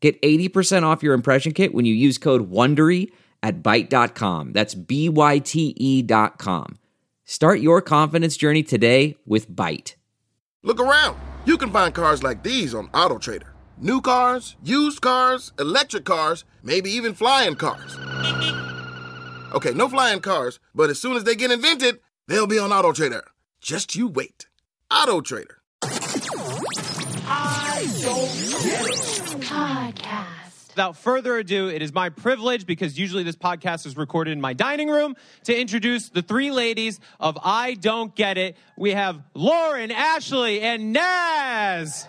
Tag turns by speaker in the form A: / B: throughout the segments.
A: Get 80% off your impression kit when you use code WONDERY at Byte.com. That's B-Y-T-E E dot com. Start your confidence journey today with Byte.
B: Look around. You can find cars like these on AutoTrader. New cars, used cars, electric cars, maybe even flying cars. Okay, no flying cars, but as soon as they get invented, they'll be on AutoTrader. Just you wait. AutoTrader.
C: Podcast. Without further ado, it is my privilege, because usually this podcast is recorded in my dining room, to introduce the three ladies of I Don't Get It. We have Lauren, Ashley, and Naz.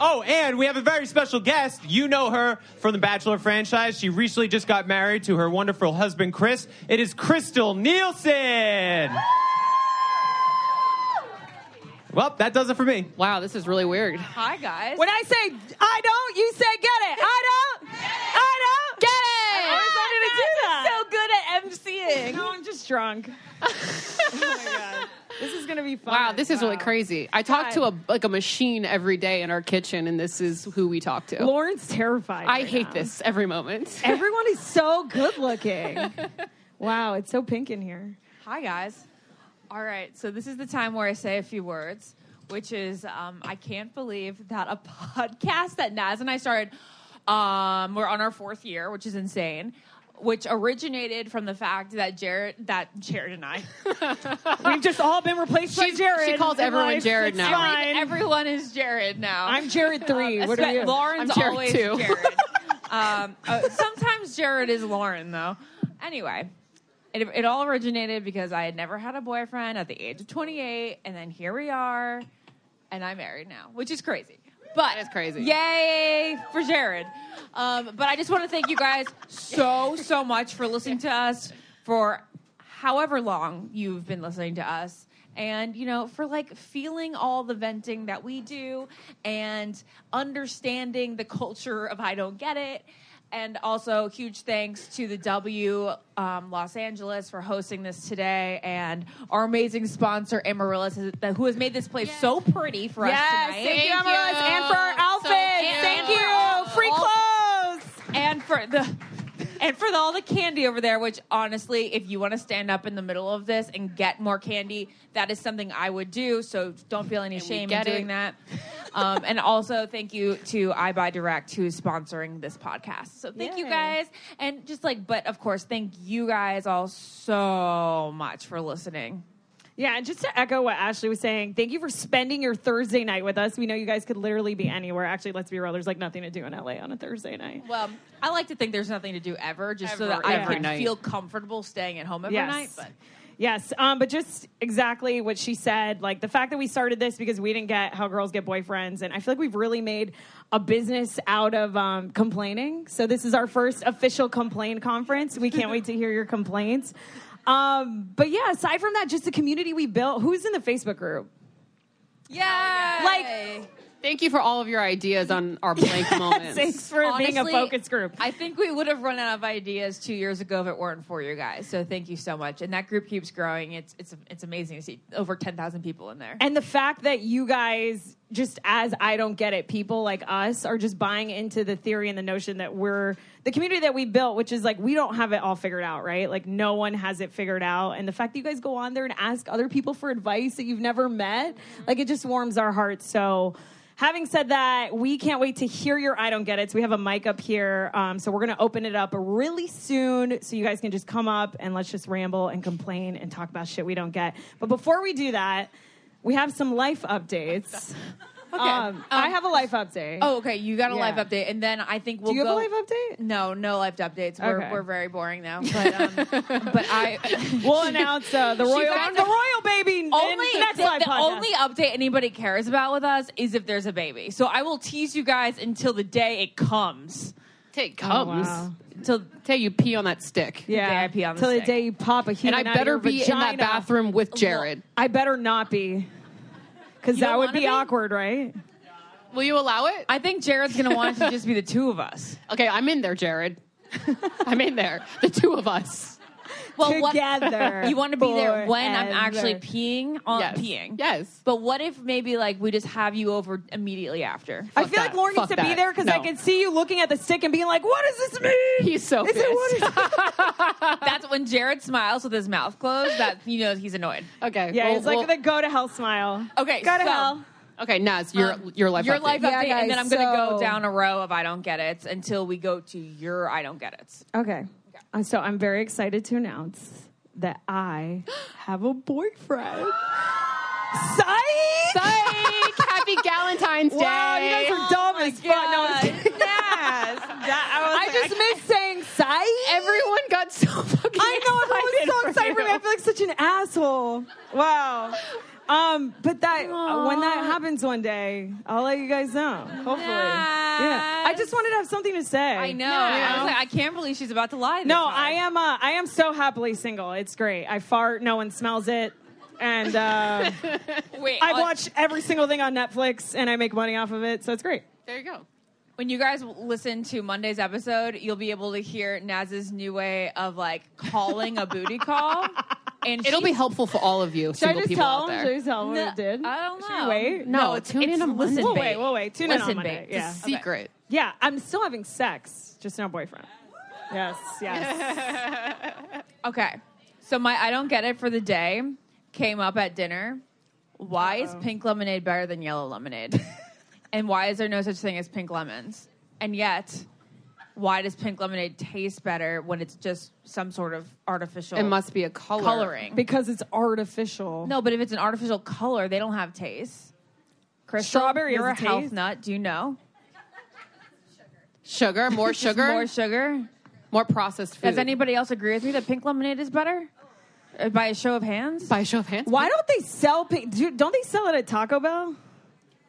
C: Oh, and we have a very special guest. You know her from the Bachelor franchise. She recently just got married to her wonderful husband, Chris. It is Crystal Nielsen. Well, that does it for me.
D: Wow, this is really weird.
E: Hi guys.
F: When I say I don't, you say get it. I don't. I don't
D: Get it!
F: I always wanted to do that.
E: so good at MCing.
F: no, I'm just drunk. Oh This is gonna be fun.
D: Wow, this is really crazy. I talk to a like a machine every day in our kitchen, and this is who we talk to.
F: Lauren's terrified.
D: I
F: right
D: hate
F: now.
D: this every moment.
F: Everyone is so good looking. wow, it's so pink in here.
E: Hi guys. All right, so this is the time where I say a few words, which is um, I can't believe that a podcast that Naz and I started, um, we're on our fourth year, which is insane. Which originated from the fact that Jared, that Jared and I,
F: We've just all been replaced by
D: She's-
F: Jared.
D: she calls
F: in
D: everyone
F: life.
D: Jared
F: It's
D: now.
F: fine.
E: everyone is Jared now.
F: I'm Jared three. what are
E: Espe-
F: you?
E: Lauren's
D: I'm Jared
E: always
D: too.
E: Jared. um, uh, sometimes Jared is Lauren, though. Anyway, it, it all originated because I had never had a boyfriend at the age of 28, and then here we are, and I'm married now, which is crazy. But
D: is crazy.
E: Yay for Jared. Um, but I just want to thank you guys so, so much for listening to us for however long you've been listening to us. And, you know, for like feeling all the venting that we do and understanding the culture of I don't get it. And also, huge thanks to the W um, Los Angeles for hosting this today and our amazing sponsor, Amaryllis, who has made this place so pretty for us
F: Yes,
E: tonight.
F: thank you,
D: Thank
F: Amaryllis,
D: you.
F: and for our
D: So
F: outfits.
D: cute.
F: thank you. Free
E: And for all-
F: clothes.
E: and for the and for the, all the candy over there which honestly if you want to stand up in the middle of this and get more candy that is something i would do so don't feel any
D: we
E: shame in
D: get
E: doing
D: it.
E: that um, and also thank you to i buy direct who's sponsoring this podcast so thank you
F: Yay.
E: guys and just like but of course thank you guys all so much for listening
F: Yeah, and just to echo what Ashley was saying, thank you for spending your Thursday night with us. We know you guys could literally be anywhere. Actually, let's be real, there's like nothing to do in LA on a Thursday night.
E: well i like to think there's nothing to do ever just so
D: Ever,
E: that i
D: every
E: can
D: night.
E: feel comfortable staying at home every
F: Yes.
E: night but
F: Yes, um, but just exactly what she said, like the fact that we started this because we didn't get how girls get boyfriends, and I feel like we've really made a business out of um, complaining. So this is our first official complaint conference. We can't wait to hear your complaints. Um, but yeah, aside from that, just the community we built. Who's in the Facebook group?
E: yeah
F: Like-
D: Thank you for all of your ideas on our blank moments.
F: Thanks for being a
E: Honestly,
F: focus group.
E: I think we would have run out of ideas two years ago if it weren't for you guys. So thank you so much. And that group keeps growing. It's it's it's amazing to see over ten thousand people in there.
F: And the fact that you guys, just as I don't get it, people like us are just buying into the theory and the notion that we're the community that we built, which is like we don't have it all figured out, right? Like no one has it figured out. And the fact that you guys go on there and ask other people for advice that you've never met, like it just warms our hearts. So, having said that, we can't wait to hear your I don't get it. So, we have a mic up here. Um, so, we're going to open it up really soon so you guys can just come up and let's just ramble and complain and talk about shit we don't get. But before we do that, we have some life updates. Um, I have a life update.
E: Oh, okay. You got a
F: Yeah.
E: live update, and then I think we'll
F: do you have
E: go-
F: a life update?
E: No, no life updates.
F: Okay.
E: We're we're very boring now. But um, but I
F: We'll announce uh, the royal
E: found
F: the
E: a-
F: royal baby
E: only
F: in next
E: the,
F: live
E: the
F: podcast.
E: only update anybody cares about with us is if there's a baby. So I will tease you guys until the day it comes.
D: Take
F: Oh,
D: comes.
F: wow.
E: Till
D: Tell you pee on that stick.
F: yeah,
E: day I pee on the
F: till the
E: stick.
F: day you pop a human
D: And I
F: out of
D: better
F: your
D: be in
F: vagina.
D: that bathroom with Jared.
F: I better not be, because
E: You
F: that
E: don't
F: would
E: wanna
F: be,
E: be?
F: awkward, right?
D: Will you allow it?
E: I think Jared's gonna want it to just be the two of us.
D: okay, I'm in there, Jared. I'm in there. The two of us.
E: Well, what-
F: Together,
E: you want to be there when I'm
F: forever.
E: actually peeing on
D: Yes.
E: peeing.
D: Yes.
E: But what if maybe like we just have you over immediately after?
F: I feel
D: that.
F: like Lauren needs to
D: Fuck
F: be
D: that.
F: there because I
D: No.
F: can see you looking at the stick and being like, "What does this mean?"
D: He's so
F: Is it what
D: pissed.
F: is-
E: That's when Jared smiles with his mouth closed. That you know he's annoyed.
D: Okay.
F: Yeah,
D: well,
F: it's like
D: well-
F: the go to hell smile.
E: Okay,
F: go to
E: so-
F: hell.
D: Okay, Naz, your
E: Um,
D: your life
E: your
D: update.
E: life
F: Yeah,
E: update, and then
F: guys,
E: I'm gonna
F: so-
E: go down a row of I don't get it until we go to your I don't get it.
F: Okay, Uh, so I'm very excited to announce that I have a boyfriend. Psych!
D: Psych! Happy Valentine's Day. Oh
F: Wow, you guys are dumb as fuck. No, I'm just kidding. I, just missed saying psych.
D: Everyone got so fucking
F: I know everyone was
D: excited
F: so excited for me. I feel like such an asshole. Wow. Um, but that when that happens one day, I'll let you guys know. Hopefully, yeah. I just wanted to have something to say.
E: I know.
D: Yeah.
E: I was like, I can't believe she's about to lie. this
F: No,
E: hard.
F: I am. Uh, I am so happily single. It's great. I fart. No one smells it. And uh,
E: Wait,
F: I've
E: on-
F: watched every single thing on Netflix, and I make money off of it, so it's great.
D: There you go.
E: When you guys listen to Monday's episode, you'll be able to hear Naz's new way of like calling a booty call, and
D: It'll
E: she-
D: be helpful for all of you single people out there.
F: tell him
E: No, I don't know.
F: Should we wait?
D: No, tune in on
E: listen,
D: Monday.
F: We'll
E: babe.
F: wait. We'll wait. Tune in on
E: Listen,
F: Monday.
E: babe,
F: Yeah.
E: just-
D: Secret.
F: yeah. I'm still having sex, just no boyfriend. Yes. Yes.
E: Okay, so my I don't get it for the day came up at dinner. Why is pink lemonade better than yellow lemonade? and why is there no such thing as pink lemons? And yet, why does pink lemonade taste better when it's just some sort of artificial
D: It must be a color.
E: coloring?
F: because it's artificial.
E: No, but if it's an artificial color, they don't have taste. Crystal,
F: Strawberry
E: you're a
F: has
E: health
F: taste?
E: nut. Do you know?
D: Sugar, more sugar,
E: More
D: more,
E: sugar.
D: processed food.
E: Does anybody else agree with me that pink lemonade is better? Uh, By a show of hands?
D: by show of hands?
F: Why don't they sell? pi- do- Don't they sell it at Taco Bell?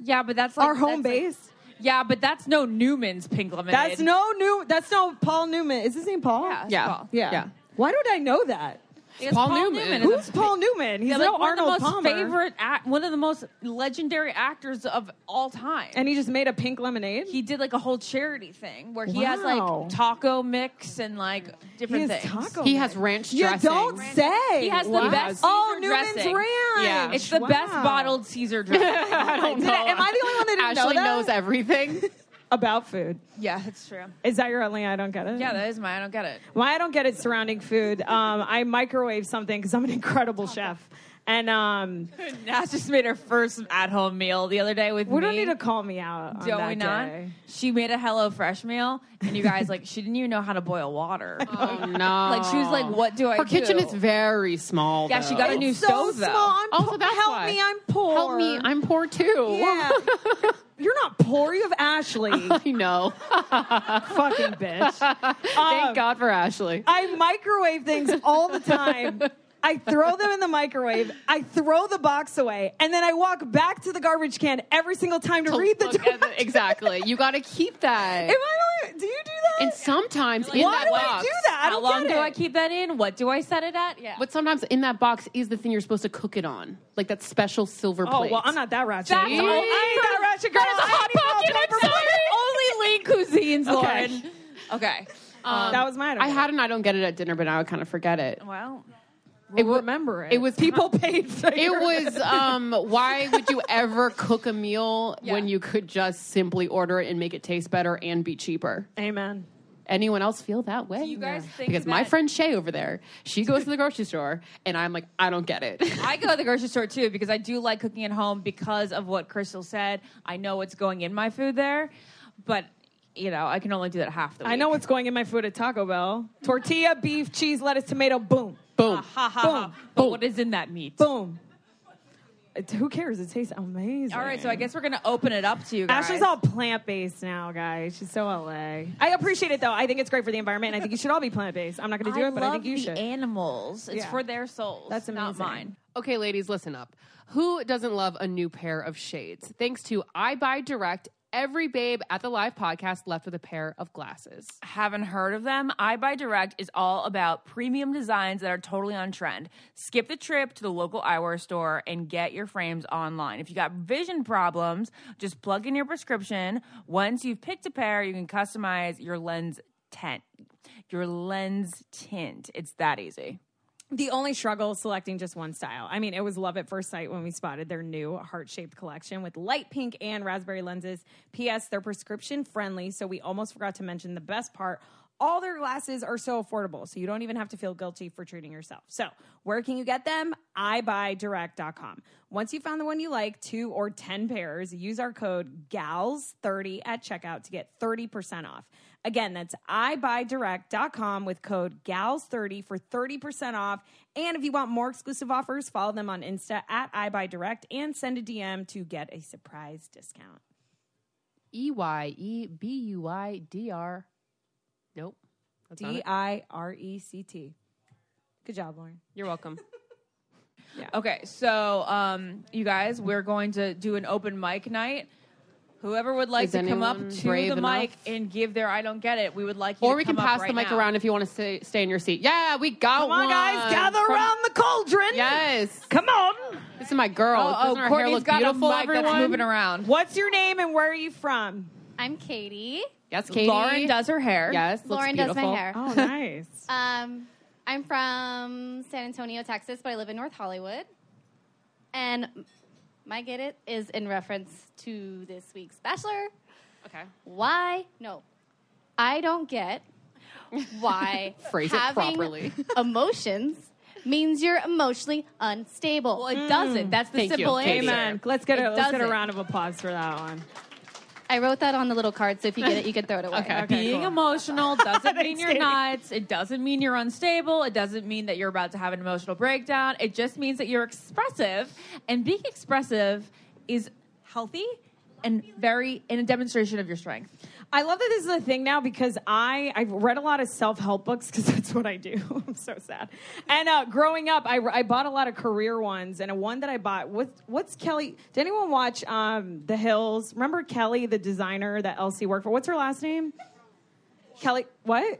E: Yeah, but that's like,
F: Our home
E: that's like-
F: base.
E: yeah, but that's no Newman's pink lemonade.
F: that's no new. That's no Paul Newman. Is his name Paul?
E: Yeah.
D: Yeah.
E: Paul.
F: Yeah.
D: Yeah.
F: Why don't I know that?
E: Because
D: Paul Newman.
E: is
F: Who's
E: a-
F: Paul Newman? He's
E: yeah,
F: no
E: like one
F: Arnold
E: of the most
F: Palmer.
E: favorite, act, one of the most legendary actors of all time.
F: And he just made a pink lemonade.
E: he did like a whole charity thing where he has
F: Wow.
E: like taco mix and like
F: He
E: different
F: has
E: things.
F: taco.
D: he has ranch
F: You
D: dressing.
F: don't say.
E: He has the
D: Wow.
E: best.
F: Oh,
E: Caesar
F: Newman's
E: dressing.
F: Ranch.
D: Yeah.
E: It's the best
F: Wow.
E: bottled Caesar dressing.
D: I don't
F: Did
D: know.
F: I- am I the only one that didn't
D: Ashley
F: know that?
D: knows everything.
F: about food.
E: yeah, that's true.
F: Is that your only? I don't get it.
E: Yeah, that is mine. I don't get it.
F: Why I don't get it surrounding food. Um, I microwave something because I'm an incredible chef. And um,
E: Nas just made her first at-home meal the other day with
F: we
E: me.
F: don't need to call me out. On
E: Don't
F: that
E: we not?
F: day.
E: She made a Hello Fresh meal, and you guys like she didn't even know how to boil water.
D: Oh no.
E: Like she was like, "What do I?"
D: Her kitchen
E: do?
D: is very small.
E: Yeah, she got a
D: though.
E: new
F: so
E: stove though.
F: small. I'm
D: Oh,
F: po-
D: so that's
F: help
D: why.
F: me. I'm poor.
D: Help me, I'm poor too.
F: Yeah. You're not poor. You have Ashley.
D: I know.
F: Fucking bitch.
D: Thank
F: Um,
D: God for Ashley.
F: I microwave things all the time. I throw them in the microwave. I throw the box away, and then I walk back to the garbage can every single time to,
D: To
F: read the.
D: look at the- exactly. You got to keep that.
F: Am I? the- Do you do that?
D: and sometimes in
F: Why
D: that
F: do I
D: box,
F: do that? I
E: How
F: don't
E: long
F: get
E: do
F: it.
E: I keep that in? What do I set it at? Yeah.
D: but sometimes in that box is the thing you're supposed to cook it on, like that special silver
F: Oh
D: plate.
F: well, I'm not that ratchet.
E: That's
F: anymore.
E: all-
F: I ain't that ratchet girl.
E: That is a
F: I
E: hot
F: ain't even
E: pocket.
F: on paper
E: I'm sorry. Only lean cuisines, Lauren. Okay.
F: plate.
E: Um,
F: That was mine.
D: Um, I had an I don't get it at dinner, but now I kind of forget it.
E: Well,
F: It remember it.
D: it was-
F: people paid. For
D: It was um, why would you ever cook a meal when you could just simply order it and make it taste better and be cheaper?
F: Amen.
D: Anyone else feel that way?
E: you guys think
D: because my
E: that-
D: friend Shay over there, she goes to the grocery store and I'm like, I don't get it.
E: I go to the grocery store too because I do like cooking at home because of what Crystal said. I know what's going in my food there, but you know I can only do that half the week.
F: I know what's going in my food at Taco Bell: tortilla, beef, cheese, lettuce, tomato. Boom,
D: Boom.
E: Ah, Ha ha ha.
F: Boom.
E: But
F: Boom.
E: what is in that meat?
F: boom. it's- who cares? It tastes amazing.
E: All right, so I guess we're gonna open it up to you guys.
F: Ashley's all plant based now, guys. She's so LA. I appreciate it though. I think it's great for the environment, and I think you should all be plant based. I'm not going to do
E: I
F: it, but I
E: love
F: think you
E: the
F: should.
E: animals. It's
F: Yeah.
E: for their souls.
F: That's
E: not
F: amazing.
E: mine.
D: Okay, ladies, listen up. Who doesn't love a new pair of shades? Thanks to I Buy Direct, every babe at the live podcast left with a pair of glasses.
E: haven't heard of them, I Buy Direct is all about premium designs that are totally on trend. Skip the trip to the local eyewear store and get your frames online. If you got vision problems, just plug in your prescription. Once you've picked a pair, you can customize your lens tint. Your lens tint. It's that easy.
F: the only struggle is selecting just one style. I mean, it was love at first sight when we spotted their new heart shaped collection with light pink and raspberry lenses. P.S. They're prescription friendly, so we almost forgot to mention the best part. All their glasses are so affordable, so you don't even have to feel guilty for treating yourself. So, where can you get them? iBuyDirect.com. Once you found the one you like, two or 10 pairs, use our code GALS30 at checkout to get 30% off. Again, that's iBuyDirect.com with code GALS30 for 30% off. And if you want more exclusive offers, follow them on Insta at iBuyDirect and send a DM to get a surprise discount.
D: E Y E B U I D R. Nope. That's not
F: D
D: it.
F: I R E C T. Good job, Lauren.
D: You're welcome.
E: Okay, so um, you guys, we're going to do an open mic night. Whoever would like
D: Is
E: to come up
D: anyone
E: to
D: brave
E: the mic
D: enough?
E: and give their I don't get it, we would like you
D: or
E: to
D: we can
E: come up
D: pass the
E: right
D: mic
E: now.
D: around if you want to stay, stay in your seat. Yeah, we got
F: Come on,
D: one.
F: guys, gather
D: From-
F: around the cauldron.
D: Yes.
F: Come on.
D: This is my girl.
E: Oh,
D: Doesn't
E: oh
D: her hair
E: Courtney's
D: look
E: got
D: beautiful,
E: a mic
D: everyone?
E: that's moving around.
F: What's your name and where are you from?
G: I'm Katie.
D: Yes, Katie.
E: Lauren does her hair.
D: Yes, looks
G: Lauren does my
D: beautiful.
G: hair.
F: Oh, nice.
G: Um, I'm from San Antonio, Texas, but I live in North Hollywood. And my get it is in reference to this week's Bachelor.
D: Okay.
G: Why? No, I don't get why
D: Phrase it
G: having
D: properly.
G: emotions means you're emotionally unstable.
E: Well, it doesn't. That's the
D: Thank you,
E: simple
D: Katie.
E: answer.
F: Mm. Amen. Let's get a
G: It
F: let's get a
G: doesn't.
F: round of applause for that one.
G: I wrote that on the little card, so if you get it, you can throw it away.
E: Being emotional doesn't mean you're
F: Katie.
E: nuts. It doesn't mean you're unstable. It doesn't mean that you're about to have an emotional breakdown. It just means that you're expressive, and being expressive is healthy and very in a demonstration of your strength.
F: I love that this is a thing now because I I've read a lot of self help books because that's what I do. I'm so sad. And uh, growing up, I, I bought a lot of career ones, and a one that I bought what what's Kelly? Did anyone watch um, The Hills? Remember Kelly, the designer that Elsie worked for? What's her last name? Kelly what?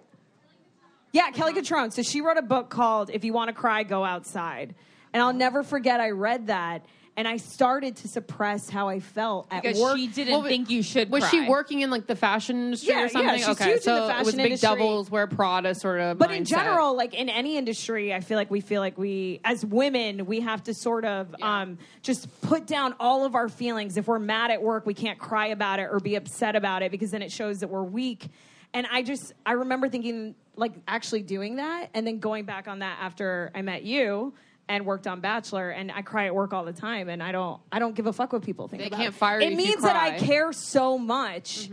F: Yeah, Kelly
E: Uh-huh.
F: Catrone. So she wrote a book called If You Want to Cry, Go Outside. And I'll never forget I read that and I started to suppress how I felt at
E: Because
F: work.
E: she didn't
D: Well, but-
E: think you should.
D: Was
E: cry.
D: she working in like the fashion industry
F: Yeah, yeah,
D: or something?
F: she's
D: okay,
F: huge in
D: so
F: the
D: it was
F: fashion
D: big
F: industry.
D: doubles where Prada sort of.
F: But
D: mindset.
F: in general, like in any industry, I feel like we feel like we, as women, we have to sort of um, just put down all of our feelings. If we're mad at work, we can't cry about it or be upset about it because then it shows that we're weak. And I just, I remember thinking, like, actually doing that and then going back on that after I met you and worked on Bachelor. And I cry at work all the time, and I don't, I don't give a fuck what people think.
D: They
F: about
D: can't
F: it.
D: fire you
F: It
D: if you
F: means that I
D: cry.
F: care so much,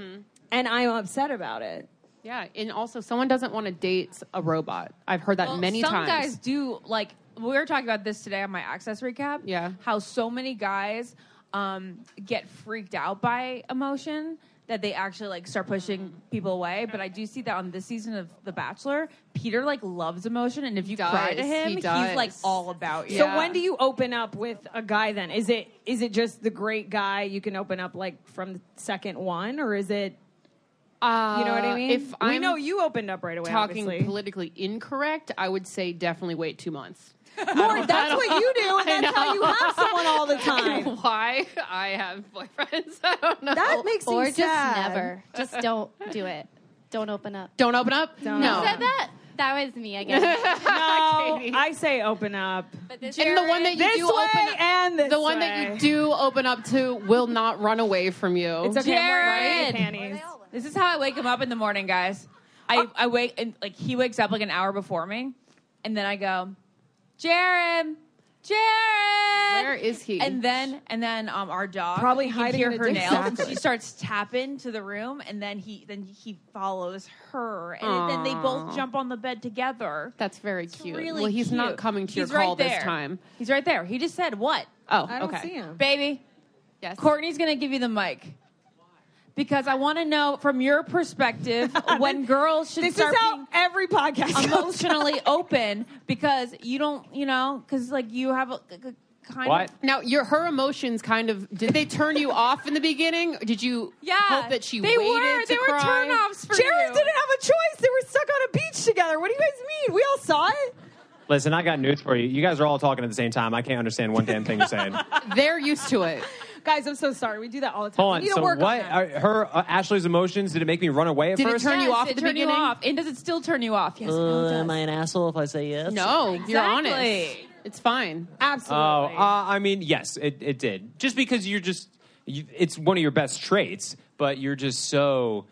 F: and I'm upset about it.
D: Mm-hmm. yeah, and also someone doesn't want to date a robot. I've heard that
E: Well,
D: many
E: some
D: times.
E: guys do like we were talking about this today on my access recap.
D: Yeah.
E: how so many guys um, get freaked out by emotion that they actually like start pushing people away. But I do see that on this season of The Bachelor, Peter like loves emotion, and if you cry to
D: does.
E: him,
D: He
E: he's
D: does.
E: like all about you.
F: So when do you open up with a guy then? Is it is it just the great guy you can open up like from the second one or is it
D: Uh,
F: you know what I mean?
D: If
F: we
D: I'm
F: know you opened up right away
D: talking
F: obviously.
D: politically incorrect, I would say definitely wait two months.
F: Lord, that's what you do and that's how you have someone all the time.
D: Why I have boyfriends? I don't know.
F: That makes me
G: Or just
F: sad.
G: never. Just don't do it. Don't open up.
D: don't open up. no.
G: Who said that? That was me, I guess.
F: No, I say open up.
G: But this
D: And the
G: year
D: one that
G: is-
D: you
F: This
D: do
F: way
D: open up,
F: and this
D: the one that
F: way.
D: you do open up to will not run away from you.
F: It's okay, I'm wearing
E: Jared!
F: my panties.
E: This is how I wake him up in the morning, guys. I,
D: Oh.
E: I wake and like he wakes up like an hour before me, and then I go, Jared, Jared.
D: Where is he?
E: And then and then um our dog
F: Probably
E: you
F: hiding
E: hear
F: in a
E: her
F: ditch.
E: nails and
F: Exactly.
E: she starts tapping to the room and then he then he follows her and then they both jump on the bed together.
D: That's very cute.
E: Really
D: well, he's not
E: cute.
D: coming to
E: He's
D: your
E: right
D: call
E: there.
D: this time.
E: He's right there. He just said what?
D: Oh,
F: I don't
D: okay.
F: see him.
E: Baby,
D: Yes.
E: Courtney's going to give you the mic. Because I want to know from your perspective when girls should
F: This
E: start
F: is how
E: being
F: every podcast goes.
E: emotionally open because you don't, you know, because like you have a, a- a kind
C: What?
E: of.
D: Now, your her emotions kind of did they turn you off in the beginning? Did you
E: Yeah,
D: hope that she
E: they
D: waited
E: were.
D: to
E: they were
D: cry?
E: turnoffs for
F: Jared
E: you.
F: didn't have a choice. They were stuck on a beach together. What do you guys mean? We all saw it.
C: Listen, I got news for you. You guys are all talking at the same time. I can't understand one damn thing you're saying.
D: They're used to it.
F: Guys, I'm so sorry. We do that all the time.
C: Hold on.
F: We need
C: So
F: to work
C: what?
F: on that.
C: Are, her uh, Ashley's emotions? Did it make me run away at
D: Did it
C: first?
D: turn you
E: Yes,
D: off at
E: it
D: the
E: turned you
D: beginning?
E: off. And does it still turn you off? Yes, no, it does.
H: Uh, Am I an asshole if I say yes?
D: No, you're honest.
E: Exactly.
D: It's fine.
C: Oh,
F: Absolutely.
C: uh, I mean, yes, it, it did. Just because you're just, you, it's one of your best traits, but you're just so,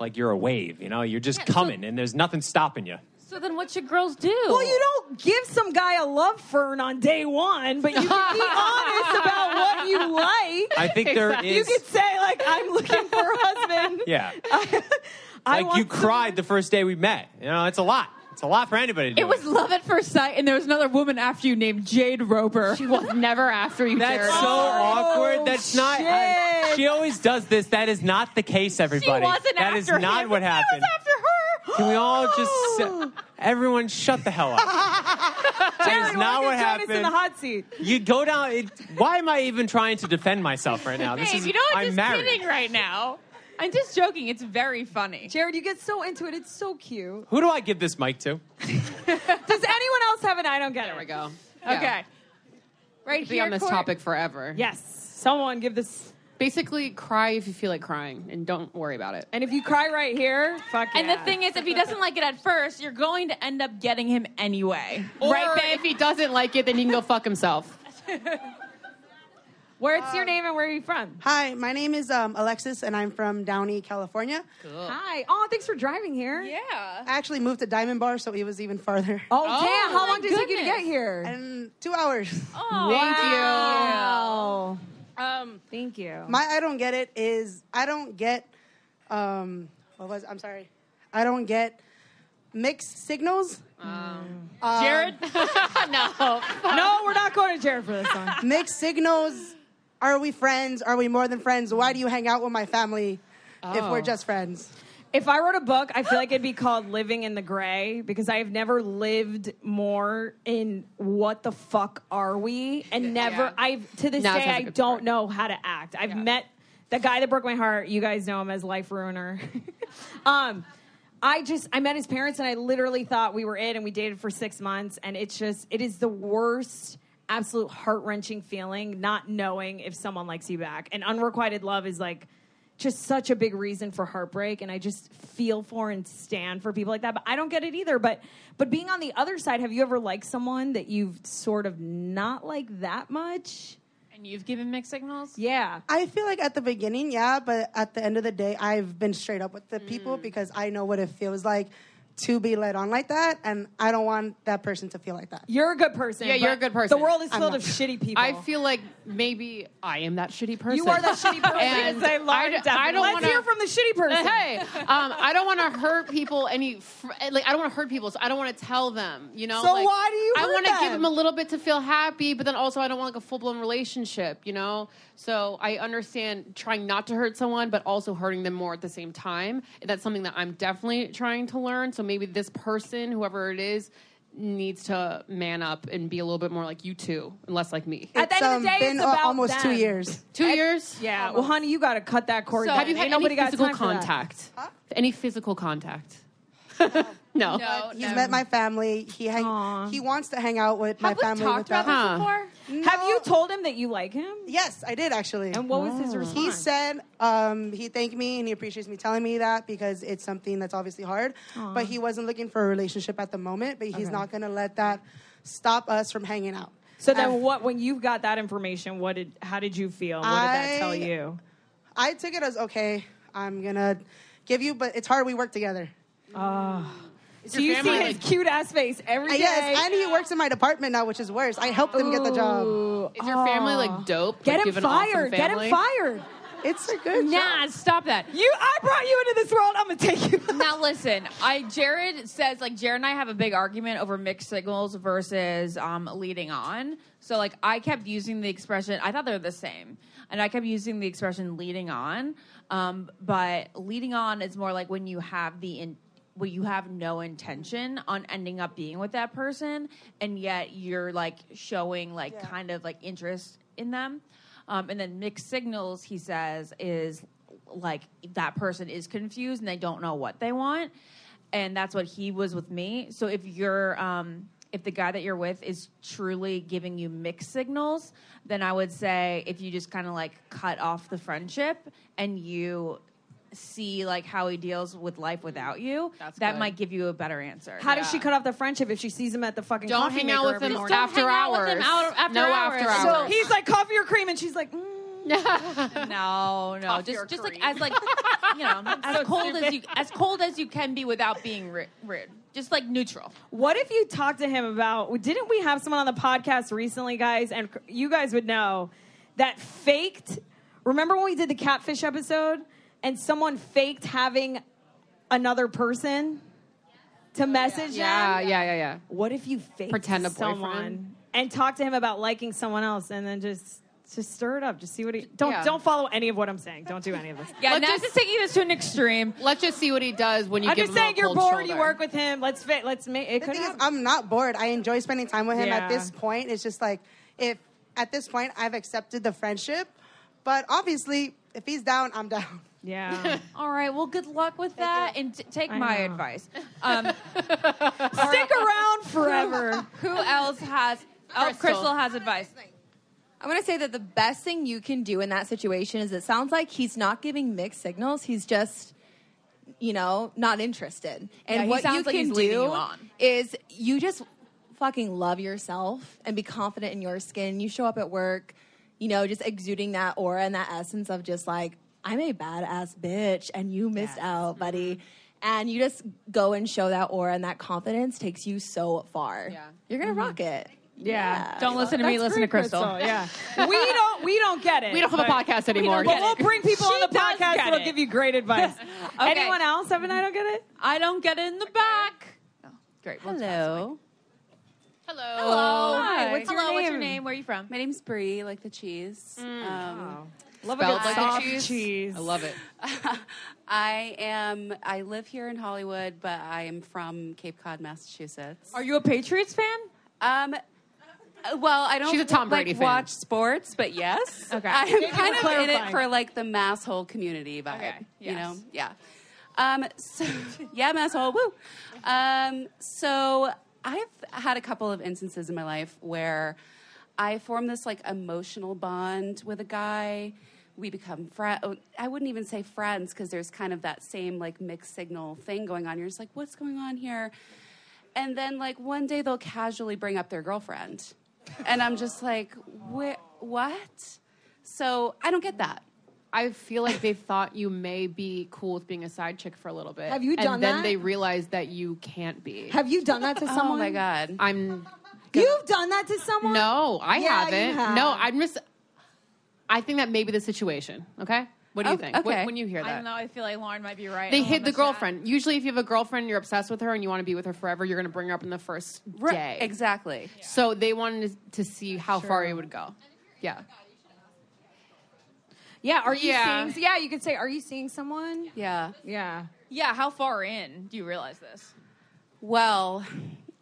C: like you're a wave. You know, you're just
E: Yeah, so-
C: coming, and there's nothing stopping you.
E: So then, what should girls do?
F: well, you don't give some guy a love fern on day one, but you can be honest about what you like.
C: I think there is.
F: you could say like, "I'm looking for a husband."
C: yeah.
F: I
C: like you
F: want some-
C: cried the first day we met. You know, it's a lot. It's a lot for anybody to do.
E: It was love at first sight, and there was another woman after you named Jade Roper. Oh,
D: She was never after you.
C: That's
D: Jared.
C: so awkward. That's not. I-
F: shit.
C: she always does this. That is not the case, everybody. That is
E: wasn't after
C: not
E: him.
C: what
E: That
C: happened.
F: after her.
C: Can we all
E: Oh.
C: just? s- Everyone, shut the hell up. that is
F: Jared,
C: not
F: why
C: what
F: did Jonas
C: happened.
F: In the hot seat.
C: You go down. It, why am I even trying to defend myself right now? This
E: Babe,
C: is.
E: you know I'm,
C: I'm
E: just
C: married.
E: kidding right now. I'm just joking. It's very funny.
F: Jared, you get so into it. It's so cute.
C: Who do I give this mic to?
F: Does anyone else have an I don't get it?
D: There we go.
E: Okay. Right
D: Be
E: here,
D: on this
E: Court-
D: topic forever.
F: Yes. Someone give this.
D: Basically, cry if you feel like crying, and don't worry about it.
F: And if you cry right here, fuck
E: And
F: yeah.
E: the thing is, if he doesn't like it at first, you're going to end up getting him anyway.
D: Or
E: right,
D: if
E: babe?
D: he doesn't like it, then he can go fuck himself.
F: where it's your name and where are you from?
I: Um, Hi, my name is um, Alexis, and I'm from Downey, California.
F: Hi. Oh, thanks for driving here.
E: Yeah.
I: I actually moved to Diamond Bar, so it was even farther.
F: Oh, damn!
E: my
F: How long did it take you to
E: goodness. Oh,
F: get here?
I: And two hours.
D: Thank you.
F: Oh,
I: Um,
F: thank you.
I: my I don't get it is I don't get. Um, what was I'm sorry. I don't get mixed signals. Um,
E: Jared? no.
F: no, we're not going to Jared for this one.
I: mixed signals. Are we friends? Are we more than friends? Why do you hang out with my family if
D: Oh.
I: we're just friends?
F: if I wrote a book, I feel like it'd be called Living in the Gray because I have never lived more in what the fuck are we? And never,
D: Yeah.
F: I've, to this
D: No, it
F: day,
D: sounds
F: I
D: like a
F: don't
D: book.
F: know how to act. I've met the guy that broke my heart. You guys know him as Life Ruiner. um, I just, I met his parents and I literally thought we were it and we dated for six months. And it's just, it is the worst. Absolute heart wrenching feeling, not knowing if someone likes you back. And unrequited love is like just such a big reason for heartbreak and i just feel for and stand for people like that but i don't get it either but but being on the other side have you ever liked someone that you've sort of not liked that much
E: And you've given mixed signals?
F: yeah
I: I feel like at the beginning, yeah, but at the end of the day, I've been straight up with the people
F: Mm.
I: because I know what it feels like to be led on like that, and I don't want that person to feel like that.
F: you're a good person
D: Yeah, you're
F: but
D: a good person.
F: the world is
I: I'm
F: filled
I: not.
F: of shitty people
D: I feel like maybe I am that shitty person.
F: you are that shitty person
D: And
F: Say, Lauren
D: I d- I don't
F: Let's
D: wanna-
F: hear from the shitty person
D: Hey, um, I don't want to hurt people any. Fr- like, I don't want to hurt people, so I don't want to tell them. You know.
F: So
D: like,
F: why do you
D: I
F: hurt
D: wanna give
F: them?
D: them a little bit to feel happy, but then also I don't want like a full blown relationship. You know. So I understand trying not to hurt someone, but also hurting them more at the same time. That's something that I'm definitely trying to learn. So maybe this person, whoever it is. Needs to man up and be a little bit more like you two, and less like me.
F: at the
I: It's,
F: end of the
I: um,
F: day
I: been
F: it's
I: uh,
F: about
I: almost two
F: them.
I: years.
D: Two years.
F: yeah well honey you gotta cut that cord
E: So-
F: then.
D: Have you had
F: Ain't nobody
D: any
F: got
D: physical
F: time for that.
D: contact? Any physical contact? no.
E: No.
I: He's met my family. He hang,
F: Aw.
I: he wants to hang out with my
E: Have we
I: family.
E: talked about
I: without-
E: this
D: Huh.
E: before?
F: have you told him that you like him
I: Yes, I did actually.
F: and what was his
E: Oh.
F: response
I: He said um, he thanked me and he appreciates me telling me that because it's something that's obviously hard. But he wasn't looking for a relationship at the moment, but he's not going to let that stop us from hanging out.
F: So then,
I: And
F: what when you got that information? What did how did you feel? What did that tell
I: I-
F: you?
I: I took it as okay, I'm going to give you, but it's hard. We work together.
F: So Ah. you see his cute ass face every
I: Uh,
F: day.
I: Yes, and he works in my department now, which is worse. I helped him get the job.
D: Is your family like dope?
F: Get
D: like, you
F: him
D: have an awesome
F: fired. Get him
D: family?
F: fired.
I: It's a good job.
E: Nah, stop that.
F: You, I brought you into this world. I'm gonna take you.
E: Now listen, I Jared says like Jared and I have a big argument over mixed signals versus um, leading on. So like I kept using the expression. I thought they were the same, and I kept using the expression leading on. Um, but leading on is more like when you have the in, when you have no intention on ending up being with that person, and yet you're like showing like kind of like interest in them. Um, and then mixed signals, he says, is like that person is confused and they don't know what they want and that's what he was with me so if you're um if the guy that you're with is truly giving you mixed signals then i would say if you just kind of like cut off the friendship and you see like how he deals with life without you
D: That's
E: that
D: good.
E: might give you a better answer
F: How does she cut off the friendship if she sees him at the fucking
D: Don't
F: coffee
D: hang out
F: maker
D: with
F: every
D: him
F: morning?
D: after
G: hang out with
D: hours.
G: him out- after
D: no
G: hours.
D: after
G: So
D: hours.
F: He's like coffee or cream, and she's like, mm.
E: no no
D: Coffee or
E: just just like
D: cream.
E: as like you know as cold as you as cold as you can be without being ri- rude just like neutral
F: "What if you talked to him about? Didn't we have someone on the podcast recently, guys? And c- you guys would know that faked. Remember when we did the catfish episode, and someone faked having another person to message
D: Oh, yeah,
F: them?
D: yeah, yeah, yeah.
F: What if you fake
D: Pretend a boyfriend.
F: someone and talk to him about liking someone else, and then just just stir it up, just see what he don't
D: Yeah.
F: don't follow any of what I'm saying. Don't do any of this.
E: yeah
D: Let's
E: now
D: just-
E: just taking this to an extreme
D: Let's just see what he does when you
F: I'm
D: give
F: just
D: him a
F: saying you're
D: cold
F: bored. You
D: shoulder.
F: work with him. Let's fit. Let's make it.
I: The
F: could
I: thing is,
F: happen.
I: I'm not bored. I enjoy spending time with him
F: Yeah.
I: at this point. It's just like, if at this point I've accepted the friendship, but obviously, if he's down, I'm down.
F: yeah.
E: All right. Well, good luck with that, and t- take
F: I
E: my
F: know.
E: advice. Um,
F: Stick around forever.
E: who else has? Oh,
D: Crystal.
E: Crystal has advice.
H: I want to say that the best thing you can do in that situation is it sounds like he's not giving mixed signals. He's just, you know, not interested. And
E: Yeah, he
H: what you
E: sounds like
H: can
E: he's leading
H: do
E: you on.
H: is you just fucking love yourself and be confident in your skin. You show up at work, you know, just exuding that aura and that essence of just like, I'm a badass bitch and you missed
E: Mm-hmm.
H: out, buddy. And you just go and show that aura and that confidence takes you so far.
D: Yeah.
H: You're
F: Mm-hmm.
H: going to rock it.
F: Yeah.
E: Don't listen to me.
F: That's
E: Listen to
F: great,
E: Crystal.
F: Yeah. We don't. We don't get it.
D: We don't have a
F: but-
D: podcast anymore.
F: But we'll bring people
E: She
F: on the
E: does
F: podcast
E: get
F: that'll
E: it.
F: give you great advice. Anyone else? Evan, I don't get it.
E: I don't get it in the back.
H: Great.
E: Hello.
D: Hello.
E: Hi.
F: what's your
E: Hello, What's your
F: name?
E: name? Where are you from?
H: My name's Brie, like the cheese. Um,
F: Love
D: Spelled
F: a good
D: like
F: soft
D: a cheese.
F: cheese.
D: I love it.
H: I am. I live here in Hollywood, but I am from Cape Cod, Massachusetts.
E: Are you a Patriots fan?
H: Um, uh, well, I don't.
D: She's a Tom Brady
H: like,
D: fan.
H: watch sports, but yes.
E: Okay.
H: I
E: Thank
H: am kind
F: for
H: of in
F: clarifying.
H: it for like the mass hole community vibe.
E: Okay,
H: You
E: yes.
H: know, yeah. Um, so yeah, mass hole. Woo. Um, so I've had a couple of instances in my life where I form this like emotional bond with a guy. We become friends. I wouldn't even say friends because there's kind of that same like mixed signal thing going on. You're just like, what's going on here? And then like one day they'll casually bring up their girlfriend. And I'm just like, "Wh- what? So I don't get that.
D: I feel like they thought you may be cool with being a side chick for a little bit.
J: Have you done
D: And then
J: that?
D: they realized that you can't be.
J: Have you done that to someone?
H: Oh my god.
D: I'm
J: You've done that to someone?
D: no, I
J: Yeah, you
D: haven't.
J: have.
D: No, I'm just. I think that may be the situation. Okay, what do you
H: Oh,
D: think? What-
H: okay.
D: when you hear that,
E: I don't know. I feel like Lauren might be right.
D: they
E: on
D: hid the
E: chat.
D: girlfriend. Usually, if you have a girlfriend, you're obsessed with her and you want to be with her forever, you're going to bring her up in the first
H: Right,
D: day.
H: Exactly.
D: So they wanted to see how far you would go. Yeah.
F: Yeah. Are you
D: Yeah.
F: seeing? Yeah. You could say, "Are you seeing someone?"
H: Yeah.
F: Yeah.
E: Yeah. How far in do you realize this?
H: Well, uh,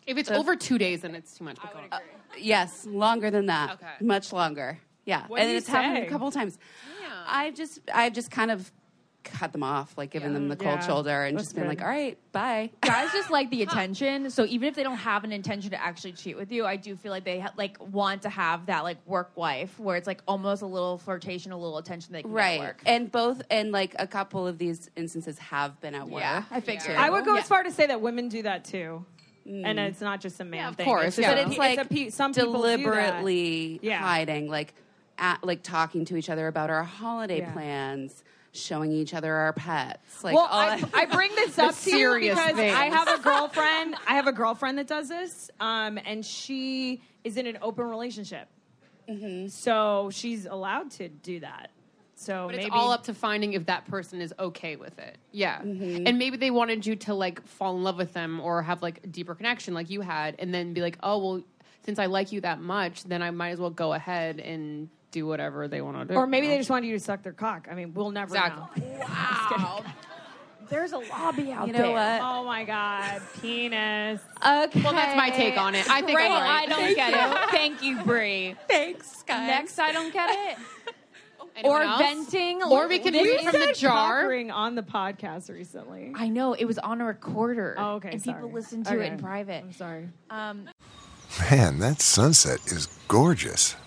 D: If it's over two days, then it's too much. But go on.
H: yes, longer than that.
D: Okay.
H: Much longer. Yeah.
F: What
H: and
F: do you
H: it's happened
F: say?
H: a couple times. I've just I've just kind of cut them off, like given them the cold
F: Yeah.
H: shoulder and
F: That's
H: just been
F: good.
H: like, all right, bye.
E: guys just like the attention so even if they don't have an intention to actually cheat with you i do feel like they ha- like want to have that like work life where it's like almost a little flirtation a little attention they can get at
H: right.
E: work
H: And both and like a couple of these instances have been at work.
E: yeah i figured
F: I would go as far to say that women do that too. And it's not just a man
D: Yeah, of
F: thing.
D: course,
F: just
D: yeah.
F: a
D: But
F: pe-
H: it's like
F: a pe- some people do that.
H: deliberately
F: Yeah.
H: hiding, like at, like talking to each other about our holiday
F: Yeah.
H: plans, showing each other our pets. Like,
F: well,
H: all
F: I,
E: uh,
H: that-
F: I bring this up to you
D: serious
F: because
D: things.
F: I have a girlfriend. I have a girlfriend that does this, um, and she is in an open relationship,
E: Mm-hmm.
F: so she's allowed to do that. So
D: But
F: maybe
D: it's all up to finding if that person is okay with it. Yeah. And maybe they wanted you to like fall in love with them or have like a deeper connection like you had and then be like, "Oh, well, since I like you that much, then I might as well go ahead and do whatever they want to do."
F: or maybe they just wanted you to suck their cock. I mean, we'll never
D: Exactly.
F: know.
E: There's a lobby out
H: you know what?
F: Oh my god, penis.
E: Okay.
D: Well, that's my take on it. I think
E: Great,
D: I'm
E: I
D: right.
E: don't get it. Thank you, Bree.
H: Thanks, guys.
E: Next, I don't get it.
D: Anyone
E: or
D: else?
E: venting.
D: Or we can
E: This
D: read
E: is-
D: from the jar.
F: Cockring on the podcast recently.
E: I know it was on a recorder.
F: Oh, okay,
E: And
F: sorry.
E: people listened to it
F: Okay.
E: in private.
F: I'm sorry.
E: Um,
K: Man, that sunset is gorgeous.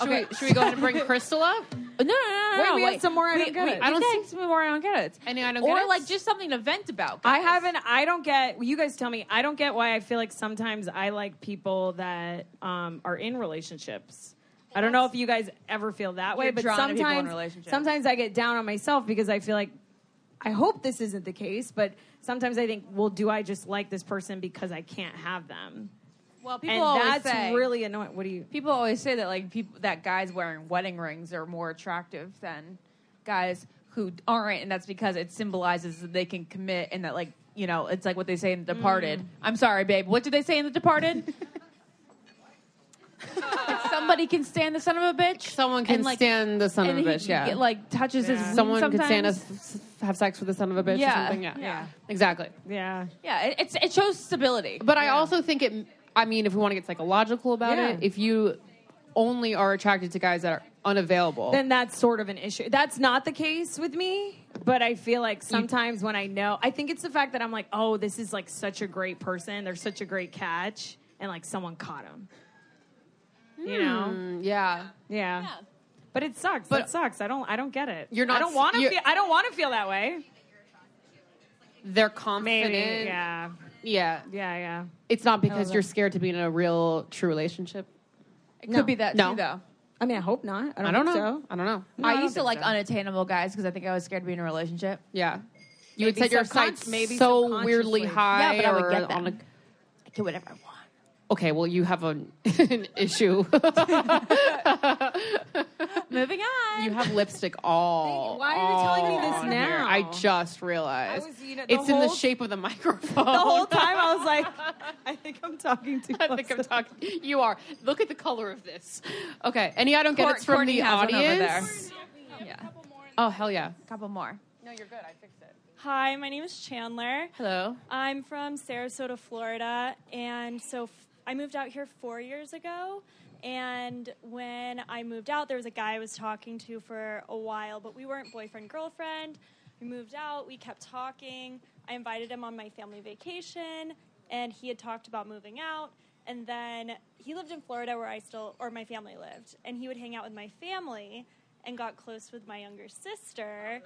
D: Should, we, should we go ahead and bring Crystal up?
E: no, no, no, no.
F: Wait,
E: no,
F: we have some more I don't get it.
E: I
D: I
E: don't
D: don't
E: think some more I don't get it.
D: I know I don't
E: or
D: get it.
E: like just something to vent about.
F: I
E: guys.
F: haven't. I don't get. You guys tell me. I don't get why I feel like sometimes I like people that um, are in relationships. I don't know if you guys ever feel that way,
E: You're
F: but
E: drawn to people in
F: sometimes
E: relationships.
F: sometimes I get down on myself because I feel like I hope this isn't the case, but sometimes I think, well, do I just like this person because I can't have them?
E: Well, people
F: and
E: always
F: that's
E: say
F: really annoying. What do you?
E: people always say that like people that guys wearing wedding rings are more attractive than guys who aren't, and that's because it symbolizes that they can commit and that like you know it's like what they say in The Departed.
F: Mm.
E: I'm sorry, babe. What did they say in The Departed? Somebody can stand the son of a bitch.
D: Someone can
E: and, like,
D: stand the son of
E: and
D: a
E: he
D: bitch. Yeah.
E: get, like touches his. womb
D: Someone could stand
E: sometimes.
D: us have sex with the son of a bitch
E: Yeah.
D: or something. Yeah.
E: Yeah.
D: Exactly.
F: Yeah.
E: Yeah, it, it's, it shows stability.
D: But I also think it. I mean, if we want to get psychological about
F: Yeah.
D: it, if you only are attracted to guys that are unavailable,
F: then that's sort of an issue. That's not the case with me, but I feel like sometimes when I know, I think it's the fact that I'm like, oh, this is like such a great person. They're such a great catch, and like someone caught him. You know?
D: Hmm, yeah,
F: Yeah. But it sucks. that sucks. I don't. I don't get it.
D: You're
F: I
D: not
F: don't
D: s-
F: want to
D: you're-
F: feel. I don't want to feel that way.
D: they're confident.
F: Maybe. Yeah.
D: yeah.
F: Yeah. Yeah.
D: It's not because you're scared to be in a real, true relationship.
E: It could be that
D: No.
E: too, though.
F: I mean, I hope not. I don't,
D: I don't know.
F: think so.
D: I don't know.
E: I, used to like unattainable guys because I think I was scared to be in a relationship.
D: Yeah. You would
F: Maybe
D: set your
F: subcon-
D: sights
F: maybe
D: so weirdly
F: subconsciously.
D: high.
E: Yeah, but I would
D: or
E: get them.
D: on a-
E: I get whatever I want.
D: okay, well, you have an, an issue.
E: Moving on.
D: you have lipstick all.
F: Why are you telling me this
D: on here.
F: now?
D: I just realized.
F: I was, you know, the
D: it's in
F: whole-
D: the shape of the microphone.
F: The whole time I was like, I think I'm talking too close.
D: I think I'm talking. You are. Look at the color of this. Okay. Any I don't get
E: Court-
D: it's from
E: Courtney
D: the
E: has one over
D: audience.
E: there. Yeah,
D: Oh hell yeah.
E: a couple more.
J: Hi, my name is Chandler.
D: Hello.
J: I'm from Sarasota, Florida, and so f- I moved out here four years ago. And when I moved out, there was a guy I was talking to for a while, but we weren't boyfriend girlfriend. We moved out, we kept talking. I invited him on my family vacation, and he had talked about moving out. And then he lived in Florida, where I still, or my family lived, and he would hang out with my family. and got close with my younger sister.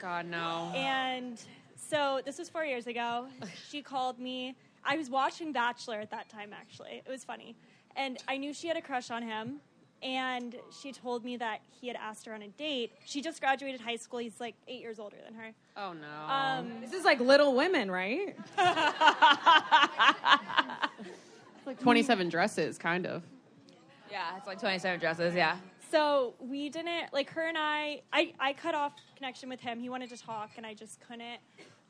D: God, no.
J: And so this was four years ago. She called me. I was watching Bachelor at that time, actually. It was funny. And I knew she had a crush on him. And she told me that he had asked her on a date. She just graduated high school. He's like eight years older than her.
D: Oh no.
J: Um,
F: this is like Little Women, right?
D: like 27 dresses, kind of.
E: Yeah, it's like 27 dresses, yeah.
J: So we didn't like her and I, I. I cut off connection with him. He wanted to talk, and I just couldn't.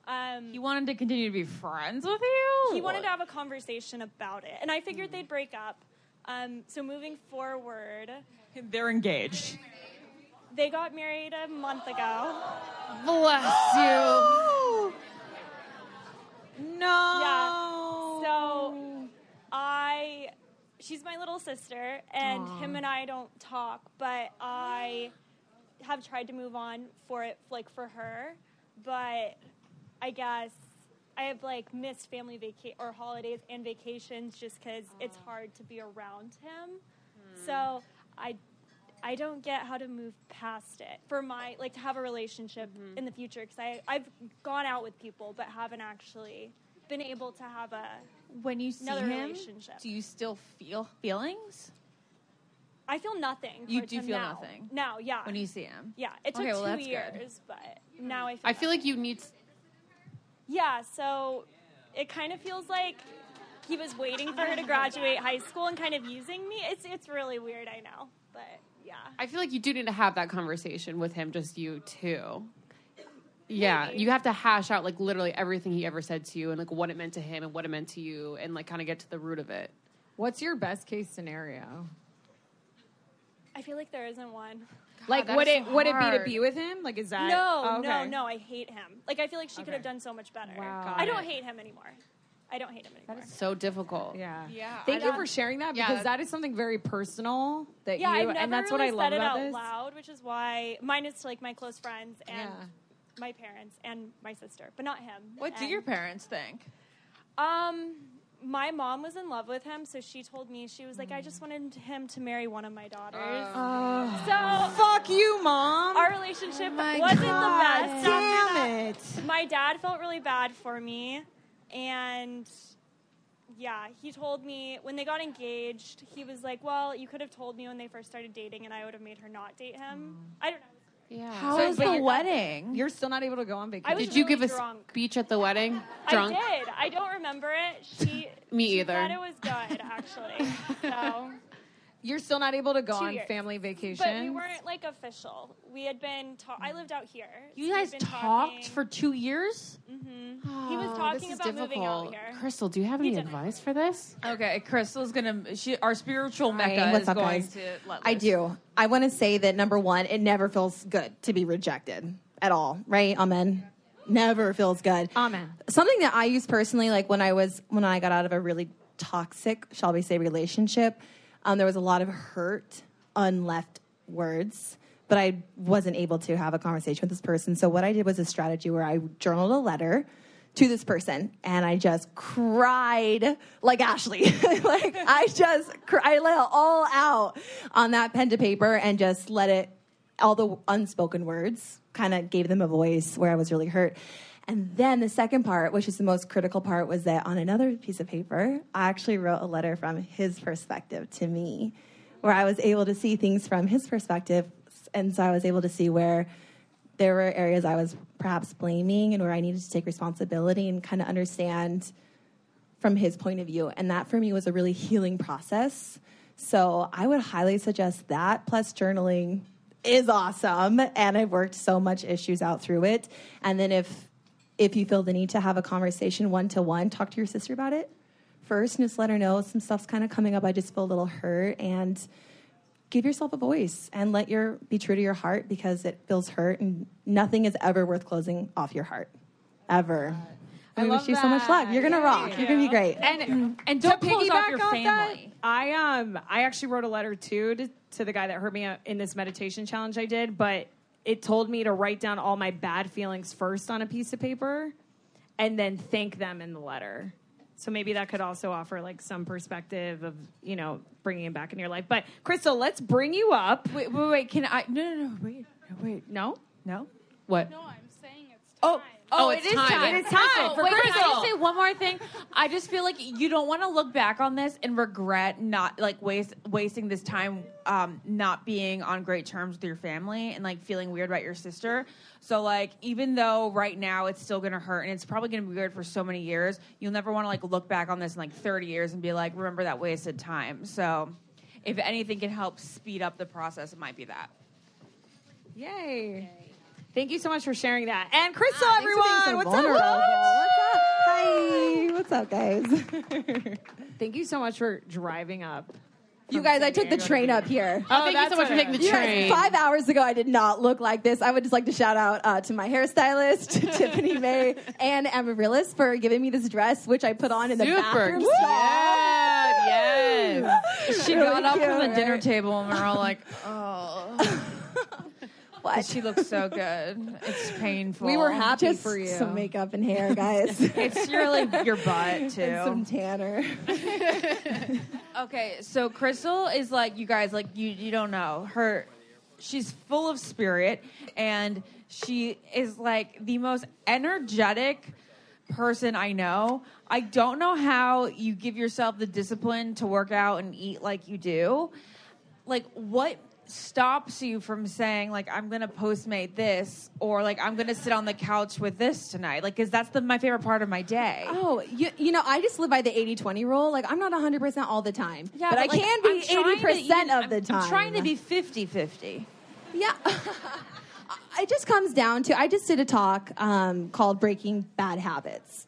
J: Um,
E: He wanted to continue to be friends with you?
J: he wanted to have a conversation about it, and I figured they'd break up. Um, so moving forward,
F: They're engaged.
J: they got married a month ago.
D: Bless you.
F: No.
J: Yeah. So I, she's my little sister, and
F: Aw.
J: him and I don't talk, but I have tried to move on for it, like for her, but I guess. I have like missed family vaca- or holidays and vacations just because it's hard to be around him. So I, I don't get how to move past it for my like to have a relationship in the future because I I've gone out with people but haven't actually been able to have a
E: When you see
J: another
E: him,
J: relationship.
E: do you still feel feelings?
J: I feel nothing.
E: You
J: towards
E: do
J: him
E: feel
J: now.
E: nothing?
J: now, yeah.
E: When you see him?
J: yeah, it took
E: Okay, well,
J: two
E: that's good.
J: years, but now I feel
D: I feel like you need.
J: yeah. So it kind of feels like he was waiting for her to graduate high school and kind of using me. It's it's really weird, I know, but yeah.
D: I feel like you do need to have that conversation with him, just you two. Yeah, you have to hash out like literally everything he ever said to you, and like what it meant to him, and what it meant to you, and like kind of get to the root of it.
F: What's your best case scenario?
J: I feel like there isn't one.
F: like,
J: that
F: would
J: is
F: it
J: so
F: would it be to
J: hard.
F: be with him? Like, is that
J: no,
F: Oh,
J: no,
F: okay.
J: no. I hate him. Like I feel like she could
F: Okay.
J: have done so much better.
F: Wow.
J: I
F: Got
J: don't
F: it.
J: hate him anymore. I don't hate him anymore.
D: So difficult.
F: Yeah.
J: Yeah,
F: Thank
J: I
F: you
J: don't-
F: for sharing that
J: Yeah,
F: because
J: that-
F: that is something very personal that
J: yeah,
F: you
J: I've never
F: and that's
J: really
F: what I love
J: said
F: about
J: it out
F: this.
J: loud, which is why mine is to like my close friends and
E: Yeah.
J: my parents and my sister, but not him.
E: What do
J: And-
E: your parents think?
J: Um, my mom was in love with him, so she told me she was like, I
F: Mm.
J: just wanted him to marry one of my daughters. so
F: Oh. fuck you, mom. Oh
J: Our relationship
F: my
J: wasn't
F: God,
J: the best. after
F: damn
J: that. My dad felt really bad for me, and yeah, he told me when they got engaged, he was like, "Well, you could have told me when they first started dating, and I would have made her not date him." I don't know.
D: Yeah.
J: How was the
E: wedding?
F: You're still not able to go on vacation.
J: I was
D: Did you
J: really
D: give
J: drunk.
D: a speech at the wedding? Drunk?
J: I did. I don't remember it. She
D: Me
J: she
D: either.
J: Thought it was good, actually. So.
F: You're still not able to go
J: Two
F: on
J: years.
F: family vacation.
J: But we weren't like official. We had been. Ta- I lived out here.
E: You guys talked for two years?
J: Mm-hmm. He was
E: Oh,
J: talking
E: this is
J: about moving out
E: difficult.
J: here.
D: Crystal, do you have any advice for this?
E: Okay, Crystal's gonna. She, our spiritual mecca
L: Hey, what's
E: is
L: up,
E: going
L: guys?
E: to. Let
L: I
E: loose.
L: do. I want to say that number one, it never feels good to be rejected at all, right? Amen. Never feels good.
F: Amen.
L: Something that I use personally, like when I was when I got out of a really toxic, shall we say, relationship, um, there was a lot of hurt, unleft words, but I wasn't able to have a conversation with this person. So what I did was a strategy where I journaled a letter to this person and I just cried like Ashley. like I just cr- I let it all out on that pen to paper and just let it all the unspoken words kind of gave them a voice where I was really hurt. And then the second part, which is the most critical part, was that on another piece of paper, I actually wrote a letter from his perspective to me, where I was able to see things from his perspective. And so I was able to see where there were areas I was perhaps blaming and where I needed to take responsibility and kind of understand from his point of view. And that for me was a really healing process. So I would highly suggest that. Plus, journaling is awesome. And I've worked so much issues out through it. And then if if you feel the need to have a conversation one to one, talk to your sister about it first and just let her know some stuff's kind of coming up. I just feel a little hurt and give yourself a voice and let your be true to your heart because it feels hurt and nothing is ever worth closing off your heart ever.
F: I
L: we
F: love
L: wish you so much luck. You're gonna rock. You're gonna be great.
F: And and
L: To
F: don't
L: piggyback
F: piggyback off
L: off that,
F: that. I um I actually wrote a letter too to, to the guy that hurt me uh, in this meditation challenge I did, but it told me to write down all my bad feelings first on a piece of paper, and then thank them in the letter. So maybe that could also offer like some perspective of you know bringing him back in your life. But Crystal, let's bring you up.
E: Wait, wait, wait. Can I? No, no, no. Wait, no, wait. No, no. What?
J: No, I'm saying it's
E: Oh,
J: Oh,
E: oh,
J: it's
E: it is
J: time.
E: time.
J: It is time
E: Crystal,
J: for
E: wait, can I
J: Crystal.
E: just say one more thing? I just feel like you don't want to look back on this and regret not like waste wasting this time, um, not being on great terms with your family and like feeling weird about your sister. So like, even though right now it's still gonna hurt and it's probably gonna be weird for so many years, you'll never want to like look back on this in like 30 years and be like, remember that wasted time. So, if anything can help speed up the process, it might be that.
F: Yay. Thank you so much for sharing that. And Crystal,
L: Ah, thanks for
F: everyone,
L: being so
F: what's
L: vulnerable.
F: up?
L: Hi, what's up, guys?
F: Thank you so much for driving up.
L: You guys, I took the train up here.
F: Oh, thank you so much for taking the
L: You guys,
F: train.
L: five hours ago, I did not look like this. I would just like to shout out uh, to my hairstylist, Tiffany May, and Amaryllis for giving me this dress, which I put on in the
E: Super
L: bathroom.
E: cute.
L: Yes.
E: She got up from the dinner
L: right?
E: table and we're all like, oh. But She looks so good. It's painful.
L: We were happy
E: Just
L: for you.
E: Some makeup.
L: and hair, guys.
E: It's really your butt, too.
L: And some tanner.
E: Okay, so Crystal is like you guys like you you don't know. Her she's full of spirit and she is like the most energetic person I know. I don't know how you give yourself the discipline to work out and eat like you do. Like what stops you from saying like I'm going to postmate this or like I'm going to sit on the couch with this tonight? Like cuz that's the my favorite part of my day.
L: Oh, you, you know, I just live by the 80-20 rule. Like, I'm not 100% all the time.
E: Yeah,
L: but, I
E: like,
L: can
E: I'm
L: be
E: trying to
L: 80% of
E: even- I'm-
L: the time.
E: I'm trying to be 50 50.
L: Yeah. it just comes down to I just did a talk um, called Breaking Bad Habits.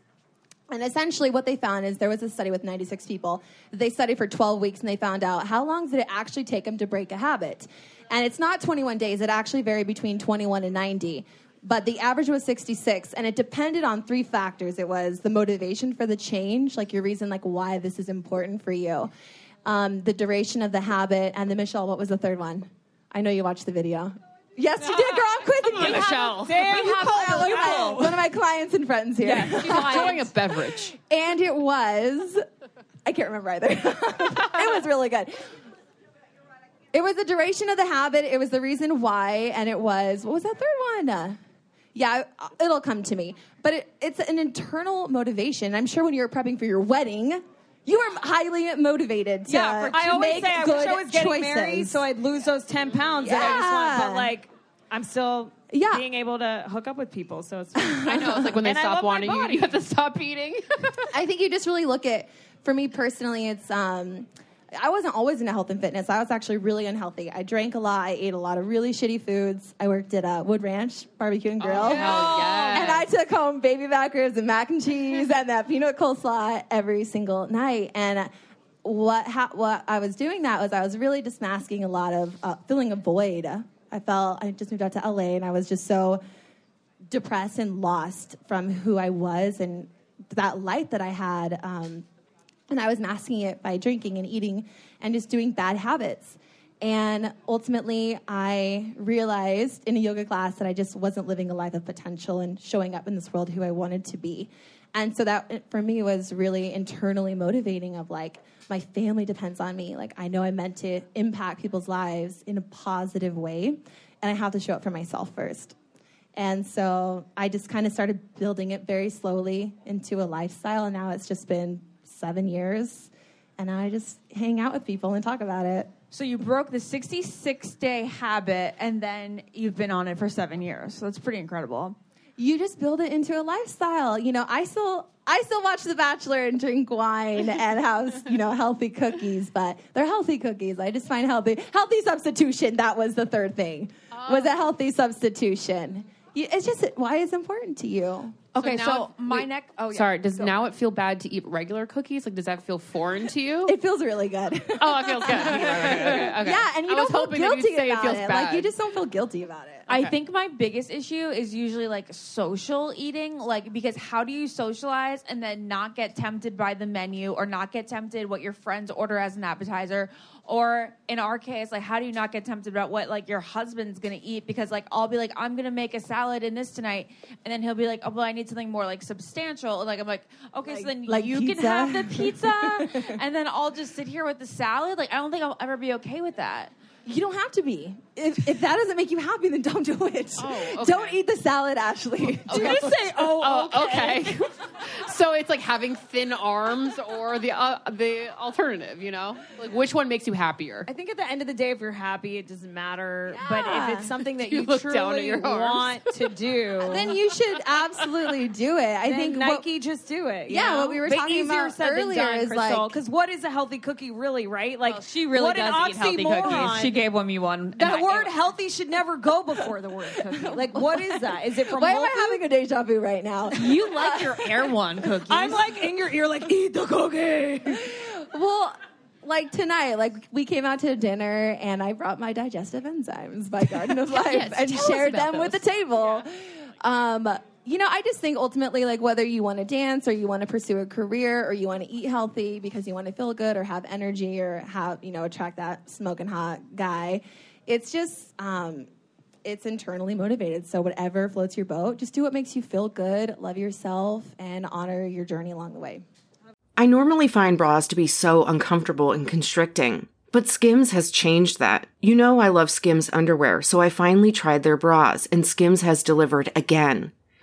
L: And essentially, what they found is there was a study with 96 people. They studied for 12 weeks and they found out how long did it actually take them to break a habit. And it's not 21 days, it actually varied between 21 and 90. But the average was 66, and it depended on three factors. It was the motivation for the change, like your reason, like why this is important for you, um, the duration of the habit, and then Michelle, what was the third one? I know you watched the video. Yes, you did, girl. I'm quizzing
F: Come on,
L: you.
F: Michelle.
L: Damn,
F: We
L: you
F: have
L: called one, of my,
F: Ellen.
L: one of my clients and friends here.
D: enjoying a beverage.
L: and it was, I can't remember either. it was really good. It was the duration of the habit. It was the reason why, and it was what was that third one? Uh, yeah, I- it'll come to me. But it, it's an internal motivation. I'm sure when you were prepping for your wedding, you were highly motivated to,
F: yeah,
L: to
F: I always
L: make
F: say I
L: good
F: wish I was getting
L: choices.
F: married so I'd lose those 10 pounds that I just want,
L: Yeah.
F: but like I'm still
L: Yeah.
F: being able to hook up with people, so it's I know
D: it's like when they stop wanting you, you have to stop eating.
L: I think you just really look at. For me personally, it's. Um, I wasn't always into health and fitness. I was actually really unhealthy. I drank a lot. I ate a lot of really shitty foods. I worked at uh, Wood Ranch Barbecue and Grill.
D: Oh, hell yes.
L: And I took home baby back ribs and mac and cheese and that peanut coleslaw every single night. And what ha- what I was doing that was I was really just masking a lot of uh, filling a void. I felt I just moved out to LA and I was just so depressed and lost from who I was and that light that I had. Um, and I was masking it by drinking and eating and just doing bad habits. And ultimately, I realized in a yoga class that I just wasn't living a life of potential and showing up in this world who I wanted to be. And so that uh, for me was really internally motivating of like, my family depends on me. Like, I know I'm meant to impact people's lives in a positive way, and I have to show up for myself first. And so I just kind of started building it very slowly into a lifestyle. And now it's just been seven years. And I just hang out with people and talk about it.
E: So you broke the 66 day habit and then you've been on it for seven years. So that's pretty incredible.
L: You just build it into a lifestyle. You know, I still. I still watch The Bachelor and drink wine and have you know healthy cookies, but they're healthy cookies. I just find healthy healthy substitution. That was the third thing was
D: Oh.
L: a healthy substitution. You- It's just why it's important to you.
E: Okay, so,
D: now if-
E: my
D: wait,
E: neck. Oh, yeah.
D: Sorry, does
E: Go.
D: now it feel bad to eat regular cookies? Like, does that feel foreign to you?
L: It feels really good.
D: oh, it feels good. Okay, okay, okay, okay.
L: Yeah, and you
D: I was
L: don't feel
D: hoping that you'd
L: guilty
D: say
L: about
D: it. Feels
L: it.
D: bad.
L: Like you just don't feel guilty about it.
E: I think my biggest issue is usually like social eating, like because how do you socialize and then not get tempted by the menu or not get tempted what your friends order as an appetizer? Or in our case, like how do you not get tempted about what like your husband's gonna eat? Because like I'll be like, I'm gonna make a salad in this tonight, and then he'll be like, Oh well, I need need something more like substantial. Like I'm like, okay, so then
L: like
E: you
L: pizza?
E: can have the pizza, and then I'll just sit here with the salad. Like I don't think I'll ever be okay with that.
L: You don't have to be. If, if that doesn't make you happy, then don't do it.
E: Oh,
L: Don't eat the salad, Ashley.
D: Okay.
L: "Oh,
D: okay. so it's like having thin arms or the uh, the alternative, you know? Like which one makes you happier?
F: I think at the end of the day, if you're happy, it doesn't matter. But
L: Yeah.
F: if it's something that
D: You
F: you,
D: look
F: truly
D: down at your arms.
F: want to do,
L: Then you should absolutely do it. I
F: Then
L: think what-
F: Nike just do it. you
L: Yeah,
F: know?
L: what we were
F: But
L: talking
F: easier
L: about
F: said than
L: earlier
F: done,
L: is,
F: Crystal,
L: like-
F: because what is a healthy cookie really, right? Like
E: She really
F: what an
E: does eat healthy cookies.
F: oxymoron.
E: She gave one me one. and
F: that
E: I-
F: word "healthy" should never go before the word "cookie." Like, what is that? Is it from?
L: Why
F: Whole
L: am I having a deja vu right now?
E: You like your Air One cookies.
F: I'm like in your ear, like eat the cookie.
L: well, like tonight, like we came out to dinner and I brought my digestive enzymes by Garden of Life
E: Yes,
L: and
E: tell us
L: shared
E: about
L: them with the table. Um, you know, I just think ultimately, like whether you want to dance or you want to pursue a career or you want to eat healthy because you want to feel good or have energy or have, you know, attract that smoking hot guy, it's just, um, it's internally motivated. So whatever floats your boat, just do what makes you feel good, love yourself, and honor your journey along the way.
M: I normally find bras to be so uncomfortable and constricting, but Skims has changed that. You know, I love Skims underwear, so I finally tried their bras, and Skims has delivered again.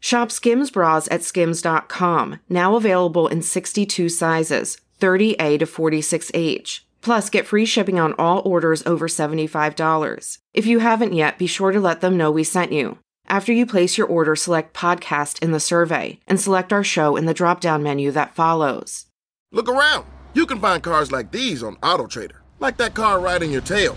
M: Shop Skims bras at skims.com, now available in 62 sizes, 30A to 46H. Plus, get free shipping on all orders over $75. If you haven't yet, be sure to let them know we sent you. After you place your order, select podcast in the survey and select our show in the drop down menu that follows.
B: Look around. You can find cars like these on AutoTrader, like that car riding your tail.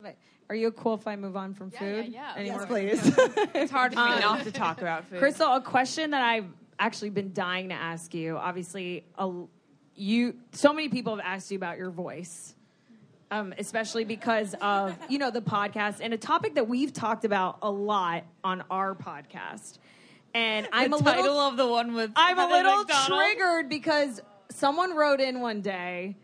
F: Are you cool if I move on from food? Yeah,
E: Yes,
F: please.
E: it's hard for me
F: Um,
E: not to talk about food.
F: Crystal, a question that I've actually been dying to ask you. Obviously, a, you so many people have asked you about your voice, um, especially because of you know the podcast and a topic that we've talked about a lot on our podcast. And I'm a
E: the
F: little
E: title of the one with
F: I'm a
E: Heather
F: little
E: McDonald.
F: triggered because someone wrote in one day,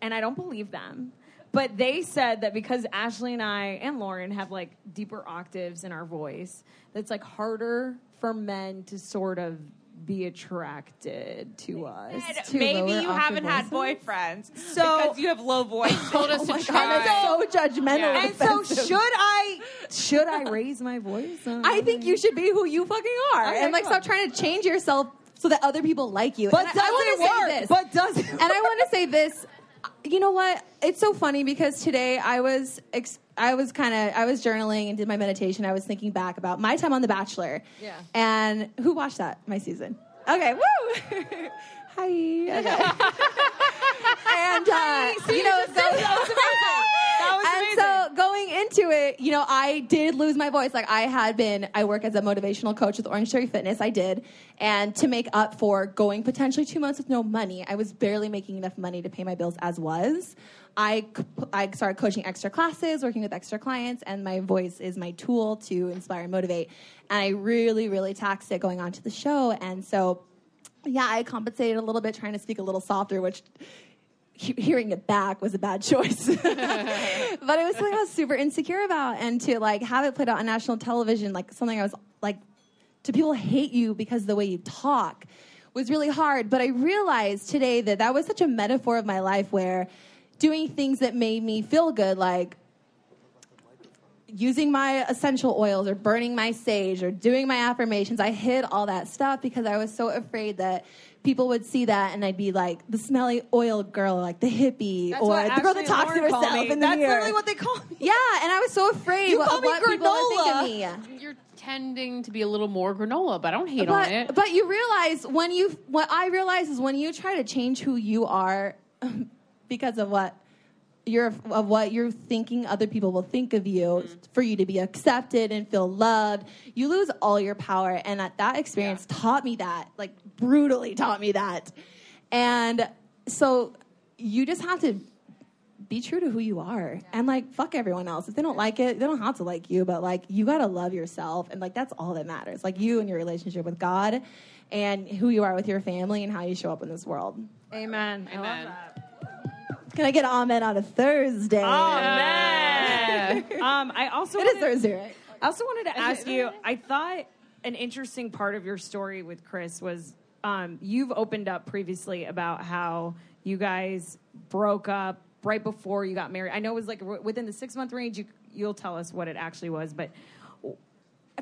F: and I don't believe them, but they said that because Ashley and I and Lauren have like deeper octaves in our voice, that's like harder for men to sort of be attracted to us. to
E: Maybe
F: lower
E: you
F: octave
E: haven't had
F: voices.
E: boyfriends,
F: So-
E: because you have low voice.
F: Told us to try.
L: so judgmental.
F: Yeah. And so
L: offensive.
F: should I should I raise my voice? Uh,
L: I think you should be who you fucking are,
F: Okay,
L: and like
F: cool.
L: stop trying to change yourself so that other people like you.
F: But
L: and
F: does
L: I, I wanna
F: it
L: Say
F: work?
L: this.
F: But does it
L: and I want to say this. You know what? It's so funny because today I was ex- I was kind of I was journaling and did my meditation. I was thinking back about my time on The Bachelor.
F: Yeah.
L: And who watched that my season? Okay, woo. Hi. Okay. and uh, you know so- and so going into it, you know, I did lose my voice. Like I had been, I work as a motivational coach with Orange Theory Fitness. I did, and to make up for going potentially two months with no money, I was barely making enough money to pay my bills as was. I c- I started coaching extra classes, working with extra clients, and my voice is my tool to inspire and motivate. And I really, really taxed it going on to the show, and so yeah, I compensated a little bit trying to speak a little softer, which he- hearing it back was a bad choice. but it was something I was super insecure about, and to like have it played out on national television, like something I was like, to people hate you because of the way you talk was really hard. But I realized today that that was such a metaphor of my life where doing things that made me feel good, like using my essential oils or burning my sage or doing my affirmations. I hid all that stuff because I was so afraid that people would see that and I'd be like the smelly oil girl, or like the hippie,
F: That's
L: or
F: what
L: the girl
F: Ashley
L: that talks to
F: Lauren called
L: herself
F: me.
L: in the
F: That's
L: mirror.
F: literally what
L: they call me. Yeah, and I was so afraid
D: You
L: what,
D: call me
L: what people would think of me.
D: You're tending to be a little more granola, but I don't hate
L: but,
D: on it.
L: But you realize when you what I realize is when you try to change who you are because of what you're of what you're thinking other people will think of you for you to be accepted and feel loved, you lose all your power. And that, that experience taught me that, like brutally taught me that. And so you just have to be true to who you are and like fuck everyone else if they don't like it they don't have to like you but like you got to love yourself and like that's all that matters like you and your relationship with god and who you are with your family and how you show up in this world
F: Amen. I love that.
L: can i get amen on a thursday
F: Amen. um, I also
L: It is Thursday, right?
F: I also wanted to ask you. I thought an interesting part of your story with Chris was um, you've opened up previously about how you guys broke up right before you got married. I know it was like w- within the six month range. You, you'll tell us what it actually was, but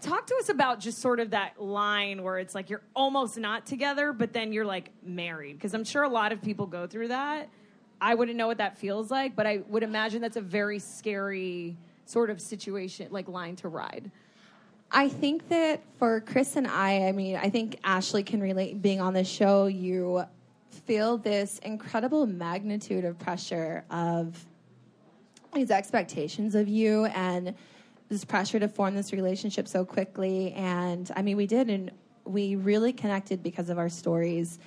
F: talk to us about just sort of that line where it's like you're almost not together, but then you're like married. Because I'm sure a lot of people go through that. I wouldn't know what that feels like, but I would imagine that's a very scary sort of situation, like line to ride.
L: I think that for Chris and I, I mean, I think Ashley can relate being on this show, you feel this incredible magnitude of pressure of these expectations of you and this pressure to form this relationship so quickly. And I mean, we did, and we really connected because of our stories.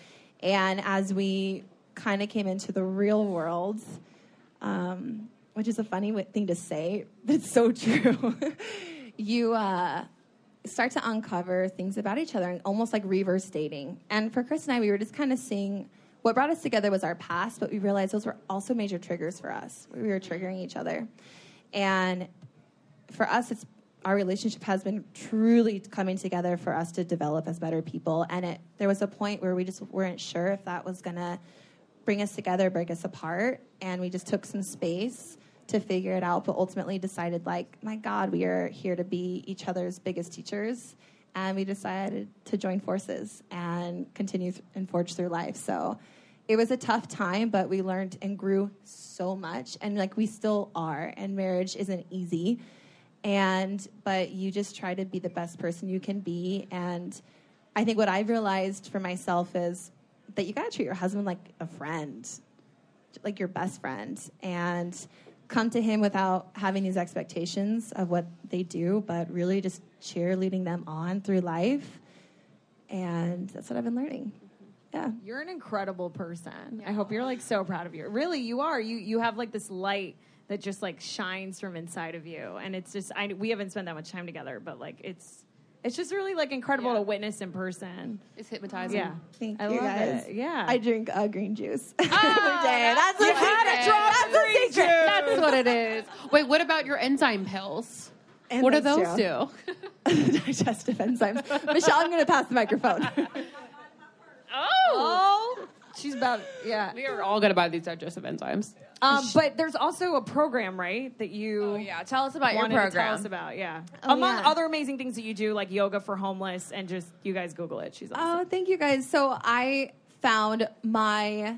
L: And as we kind of came into the real world, um, which is a funny w- thing to say, but it's so true. you uh, start to uncover things about each other and almost like reverse dating. And for Chris and I, we were just kind of seeing what brought us together was our past, but we realized those were also major triggers for us. We were triggering each other. And for us, it's our relationship has been truly coming together for us to develop as better people. And it there was a point where we just weren't sure if that was gonna bring us together, break us apart, and we just took some space to figure it out, but ultimately decided like, my God, we are here to be each other's biggest teachers. And we decided to join forces and continue th- and forge through life. So it was a tough time, but we learned and grew so much. And like we still are, and marriage isn't easy. And but you just try to be the best person you can be. And I think what I've realized for myself is that you gotta treat your husband like a friend, like your best friend, and come to him without having these expectations of what they do, but really just cheerleading them on through life. And that's what I've been learning. Yeah.
F: You're an incredible person. I hope you're like so proud of you. Really, you are. You you have like this light that just like shines from inside of you, and it's just I we haven't spent that much time together, but like it's it's just really like incredible to witness in person.
D: It's hypnotizing.
F: Yeah,
L: Thank
F: I
L: you
F: love
L: guys.
F: it. Yeah,
L: I drink uh, green juice every day. That's,
D: You
L: a
D: had
L: secret.
D: a drop of
L: That's a secret.
D: green juice. That's what it is. Wait, what about your enzyme pills?
L: And
D: what do
L: those
D: those
L: too.
D: do?
L: Digestive enzymes. Michelle, I'm going to pass the microphone.
F: Oh, she's about yeah.
D: We are all good about these digestive enzymes.
F: Um, but there's also a program, right? That you Oh, yeah.
E: Tell us about your program.
F: tell us about yeah.
L: Oh,
F: Among
L: yeah.
F: other amazing things that you do, like yoga for homeless, and just you guys Google it. She's
L: Oh,
F: awesome.
L: thank you guys. So I found my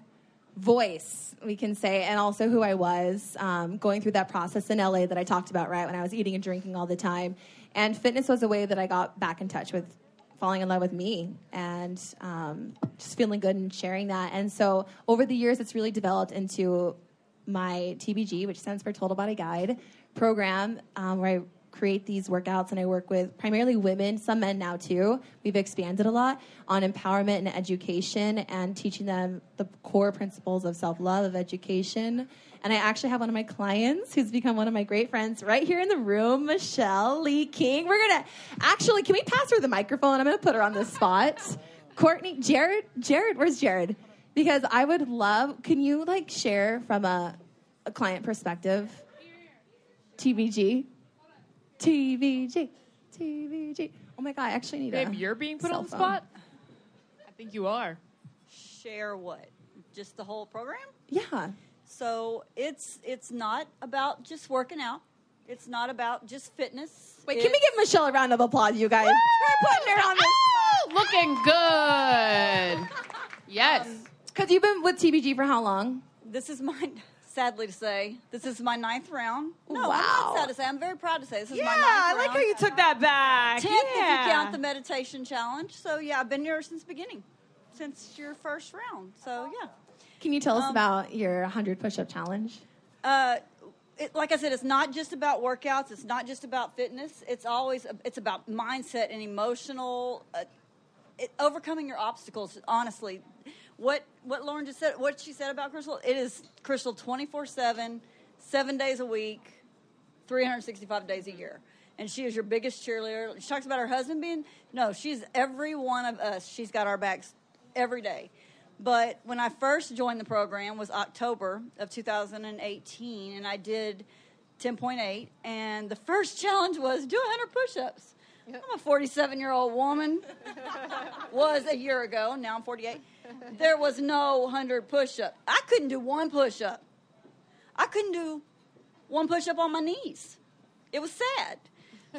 L: voice, we can say, and also who I was um, going through that process in LA that I talked about, right? When I was eating and drinking all the time. And fitness was a way that I got back in touch with falling in love with me and um, just feeling good and sharing that. And so over the years, it's really developed into my TBG, which stands for Total Body Guide program, um, where I create these workouts and I work with primarily women, some men now too. We've expanded a lot on empowerment and education and teaching them the core principles of self love, of education. And I actually have one of my clients who's become one of my great friends right here in the room, Michelle Lee King. We're gonna actually, can we pass her the microphone? I'm gonna put her on the spot. Courtney, Jared, Jared, where's Jared? Because I would love, can you like share from a, a client perspective? TBG. TBG. TBG. Oh my God, I actually need a.
N: Babe, you're being put
L: cell
N: on the
L: phone.
N: spot. I think you are.
O: share what just the whole program
L: Yeah.
O: so it's it's not about just working out it's not about just fitness
L: Wait, can we give Michelle a round of applause, you guys? We're putting her on the
D: Looking good. Yes.
L: Um,
O: Because you've been with TBG for how long? This is my, sadly to say, this is my ninth round. No, I'm not
F: Wow.
O: sad to say. I'm very proud to say this is
F: Yeah,
O: my ninth
F: I
O: round.
F: like how you took that back.
O: Tenth if you
F: yeah.
O: count the meditation challenge. So yeah, I've been here since the beginning, since your first round. So yeah.
L: Can you tell us
O: Um,
L: about your 100 push-up challenge?
O: Uh, it, like I said, it's not just about workouts. It's not just about fitness. It's always it's about mindset and emotional uh, it, overcoming your obstacles. Honestly, what what Lauren just said, what she said about Crystal, it is Crystal twenty four seven, seven days a week, 365 days a year. And she is your biggest cheerleader. She talks about her husband being, no, she's every one of us. She's got our backs every day. But when I first joined the program was October of 2018, and I did 10.8. And the first challenge was do 100 push ups. I'm a 47 year old woman, was a year ago, now I'm 48. There was no 100 push up. I couldn't do one push up. I couldn't do one push up on my knees. It was sad.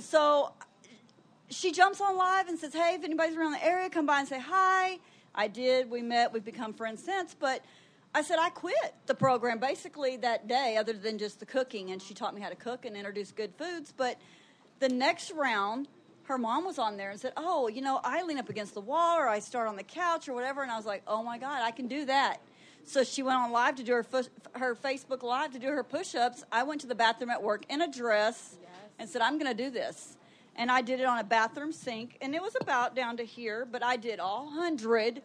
O: So she jumps on live and says, Hey, if anybody's around the area, come by and say hi. I did. We met. We've become friends since. But I said, I quit the program basically that day, other than just the cooking. And she taught me how to cook and introduce good foods. But the next round, her mom was on there and said, Oh, you know, I lean up against the wall or I start on the couch or whatever. And I was like, Oh my God, I can do that. So she went on live to do her, fu- her Facebook Live to do her push ups. I went to the bathroom at work in a dress and said, I'm going to do this. And I did it on a bathroom sink, and it was about down to here, but I did all 100.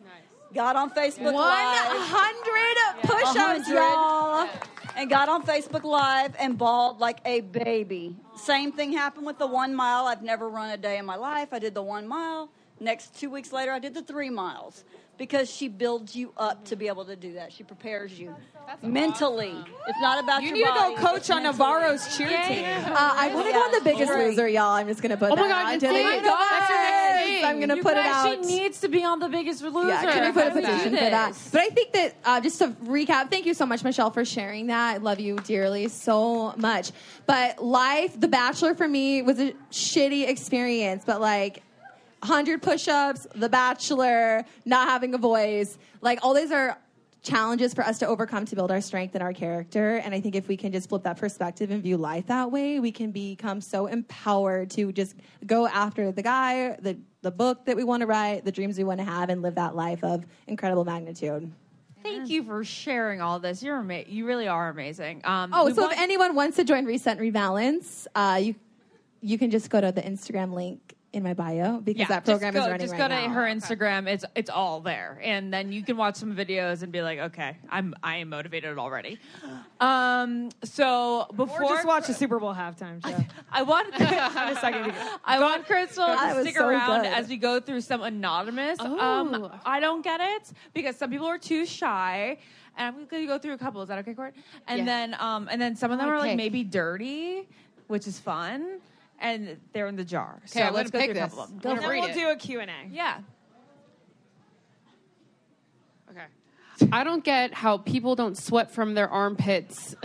O: Got on Facebook Live.
E: 100
O: push-ups,
E: y'all.
O: And got on Facebook Live and bawled like a baby. Same thing happened with the one mile. I've never run a day in my life. I did the one mile. Next two weeks later, I did the three miles because she builds you up to be able to do that. She prepares you mentally. It's not about
F: You
O: your
F: need to go
O: body,
F: coach
O: it's
F: on
O: mentally.
F: Navarro's cheer Yeah, team. yeah.
L: Uh, I want to go on the Biggest
O: Right.
L: Loser, y'all. I'm just gonna put
F: Oh
L: that
F: my God,
L: out.
F: that's it.
L: Yes.
F: That's your next thing.
L: I'm gonna
F: You
L: put it
F: guys,
L: out.
F: she
N: needs to be on the Biggest Loser.
L: Yeah, can we put a petition for that?
N: this?
L: But I think that uh, just to recap, thank you so much, Michelle, for sharing that. I love you dearly so much. But life, The Bachelor for me was a shitty experience, but like. 100 push ups, The Bachelor, not having a voice. Like, all these are challenges for us to overcome to build our strength and our character. And I think if we can just flip that perspective and view life that way, we can become so empowered to just go after the guy, the, the book that we want to write, the dreams we want to have, and live that life of incredible magnitude.
E: Thank you for sharing all this. You're ama- you really are amazing. Um,
L: Oh,
E: we
L: so
E: want-
L: if anyone wants to join Reset and Rebalance, uh, you you can just go to the Instagram link in my bio because that program
E: just go,
L: is running
E: Just
L: right
E: go
L: now.
E: to her Instagram. It's it's all there, and then you can watch some videos and be like, okay, I'm I am motivated already. Um, so before
F: Or just watch the Super Bowl halftime show.
E: I want
F: I'm just talking to you.
E: I want Crystal
F: That
E: to
F: was
E: stick
F: so
E: around
F: good. Oh.
E: as we go through some anonymous.
F: Ooh.
E: Um, I don't get it because some people are too shy, and I'm going to go through a couple. Is that okay, Court? And
F: Yeah.
E: then, um, and then some of them
F: I'm
E: are
F: gonna
E: like
F: pick.
E: maybe dirty, which is fun, and they're in the jar. so
F: I'm
E: let's go
F: gonna
E: through
F: pick
E: a couple
F: this.
E: of them.
F: I'm gonna read it.
E: a Q and A. Yeah.
D: Okay. I don't get how people don't sweat from their armpits.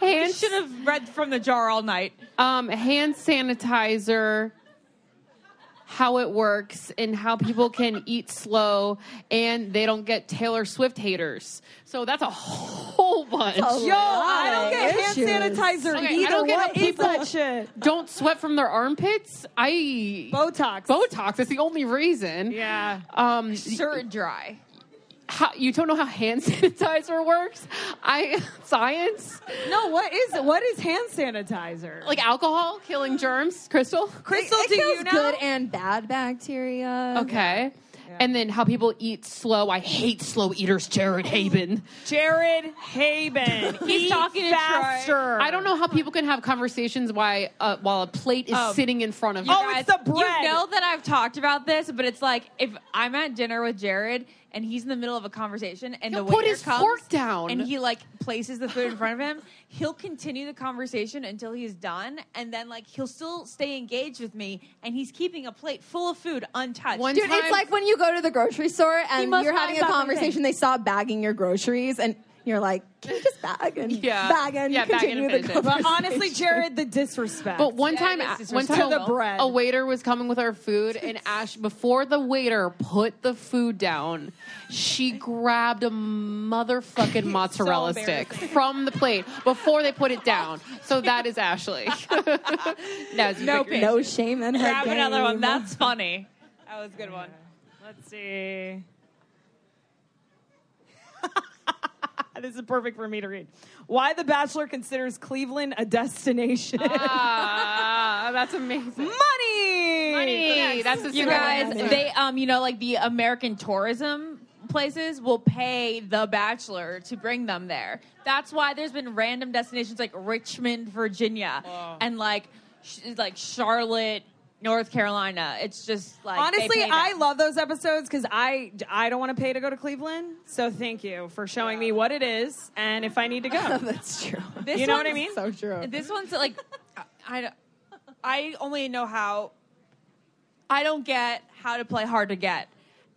E: Hands should have read from the jar all night.
D: Um, hand sanitizer, how it works, and how people can eat slow, and they don't get Taylor Swift haters. So that's a whole bunch.
F: That's a Yo, I don't lot get of hand issues. sanitizer
D: I
F: either.
D: don't get
F: What
D: how
F: is
D: people
F: that shit?
D: Don't sweat from their armpits. I
F: Botox.
D: Botox. That's the only reason. Yeah. Um,
E: sure, dry.
D: How, you don't know how hand sanitizer works? I science.
F: No, what is it? What is hand sanitizer?
D: Like alcohol killing germs, Crystal.
F: Crystal,
L: It kills good and bad bacteria.
D: Okay. And then how people eat slow. I hate slow eaters, Jared Haben.
F: Jared Haben.
D: He's
F: Eat
D: talking to Troy.
F: faster.
D: I don't know how people can have conversations why uh, while a plate is
E: Um,
D: sitting in front of
F: Oh,
D: you.
E: guys, You know that I've talked about this, but it's like if I'm at dinner with Jared and he's in the middle of a conversation and
D: He'll
E: the waiter
D: put his
E: comes
D: fork down.
E: and he like places the food in front of him, he'll continue the conversation until he's done, and then like he'll still stay engaged with me, and he's keeping a plate full of food untouched.
L: Dude, it's like when you go to the grocery store and
E: must
L: you're
E: buy
L: having a
E: something.
L: conversation. They stop bagging your groceries, and You're like, can you just bag and
D: Yeah.
L: bag and
D: Yeah, bag and
L: continue
D: finish
L: the
D: it.
L: conversation?
D: But honestly, Jared,
F: the disrespect.
D: But one time, one
F: To
D: time,
F: the bread.
D: a waiter was coming with our food, and Ash, before the waiter put the food down, she grabbed a motherfucking mozzarella stick from the plate before they put it down. So that is Ashley. That's
L: no, no shame in her
E: Grab another one.
L: game.
E: That's funny. That was a good one.
F: Let's see. this is perfect for me to read. Why the Bachelor considers Cleveland a destination.
D: Ah, that's amazing.
F: Money.
D: Money. That's a
E: you
D: super
E: guys.
D: answer.
E: They um, you know, like the American tourism places will pay the bachelor to bring them there. That's why there's been random destinations like Richmond, Virginia, and like sh- like Charlotte, North Carolina. It's just like they
F: Honestly,
E: pay them.
F: I love those episodes because I I don't want to pay to go to Cleveland. So thank you for showing me what it is and if I need to go.
L: That's true.
E: This
F: you know what I
E: one's
F: mean?
L: So true.
E: This one's like, I, don't- I only know how. I don't get how to play hard to get,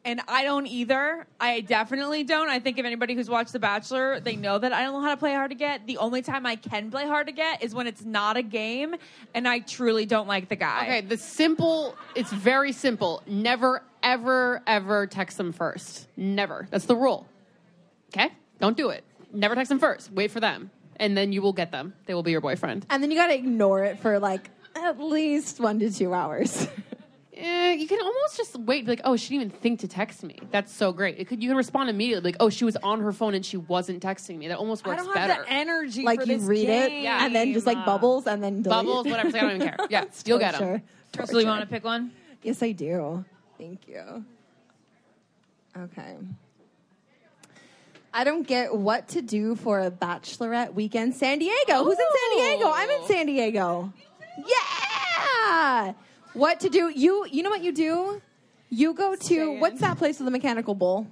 E: and I don't either. I definitely don't. I think if anybody who's watched The Bachelor, they know that I don't know how to play hard to get. The only time I can play hard to get is when it's not a game, and I truly don't like the guy.
D: Okay, the simple, it's very simple. Never, ever, ever text them first. Never. That's the rule. Okay? Don't do it. Never text them first. Wait for them. And then you will get them. They will be your boyfriend.
L: And then you got to ignore it for like at least one to two hours.
D: Eh, you can almost just wait, be like, oh, she didn't even think to text me. That's so great. It could, you can respond immediately, like, oh, she was on her phone and she wasn't texting me. That almost works better.
F: energy
L: like
F: for
L: you
F: this
L: read it
F: game.
L: and then just like bubbles and then delete.
D: Bubbles, whatever. it's like, I don't even care. Yeah, you'll get them.
E: So you want to pick one?
L: Yes, I do. Thank you. Okay. I don't get what to do for a bachelorette weekend San Diego. Who's in San Diego? I'm in San Diego. Yeah. What to do? You you know what you do? You go to what's that place with the mechanical bull?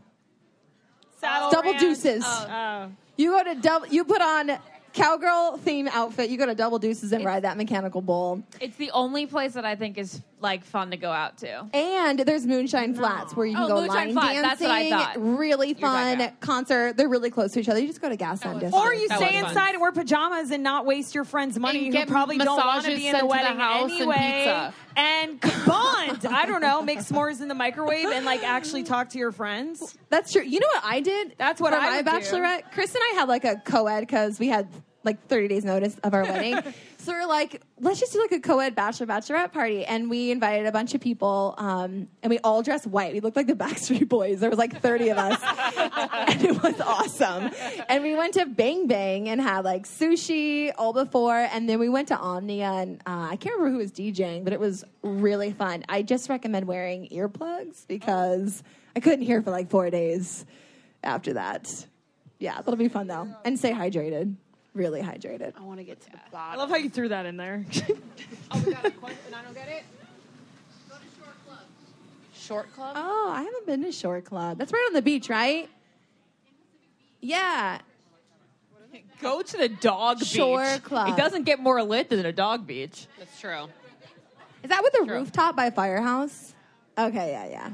F: Saddle
L: Double
F: Ranch.
L: deuces.
G: um,
F: Oh.
L: You go to double you put on cowgirl theme outfit. You go to double deuces and ride that mechanical bull.
E: It's the only place that I think is like fun to go out to.
L: And there's Moonshine Flats where you can
E: Oh,
L: go line
E: Moonshine Flats, that's
L: dancing.
E: what I thought.
L: Really fun concert. They're really close to each other. You just go to Gasland District.
F: Or you stay inside and wear pajamas and not waste your friend's money.
D: And
F: who
D: get
F: probably don't want to
D: massages
F: be in
D: sent
F: the
D: to the
F: wedding
D: house and
F: anyway.
D: pizza.
F: And bond. I don't know. Make s'mores in the microwave and like actually talk to your friends.
L: That's true. You know what I did? That's
F: what
L: for
F: I
L: my
F: would do.
L: bachelorette. Chris and I had like a co-ed because we had like 30 days notice of our wedding. so we are like, let's just do like a co-ed bachelor bachelorette party, and we invited a bunch of people, um, and we all dressed white. We looked like the Backstreet Boys. There was like 30 of us, and it was awesome. And we went to Bang Bang and had like sushi all before, and then we went to Omnia, and uh, I can't remember who was DJing, but it was really fun. I just recommend wearing earplugs because I couldn't hear for like four days after that. Yeah, that'll be fun though. And stay hydrated. Really hydrated.
D: I want to get to the
F: I
D: bottom.
F: love how you threw that in there.
D: Short club?
L: Oh, I haven't been to Shore Club. That's right on the beach, right? Yeah.
E: Go to the dog
L: Shore
E: beach.
L: Club.
E: It doesn't get more lit than a dog beach.
D: That's true.
L: Is that with the rooftop by Firehouse? Okay, yeah,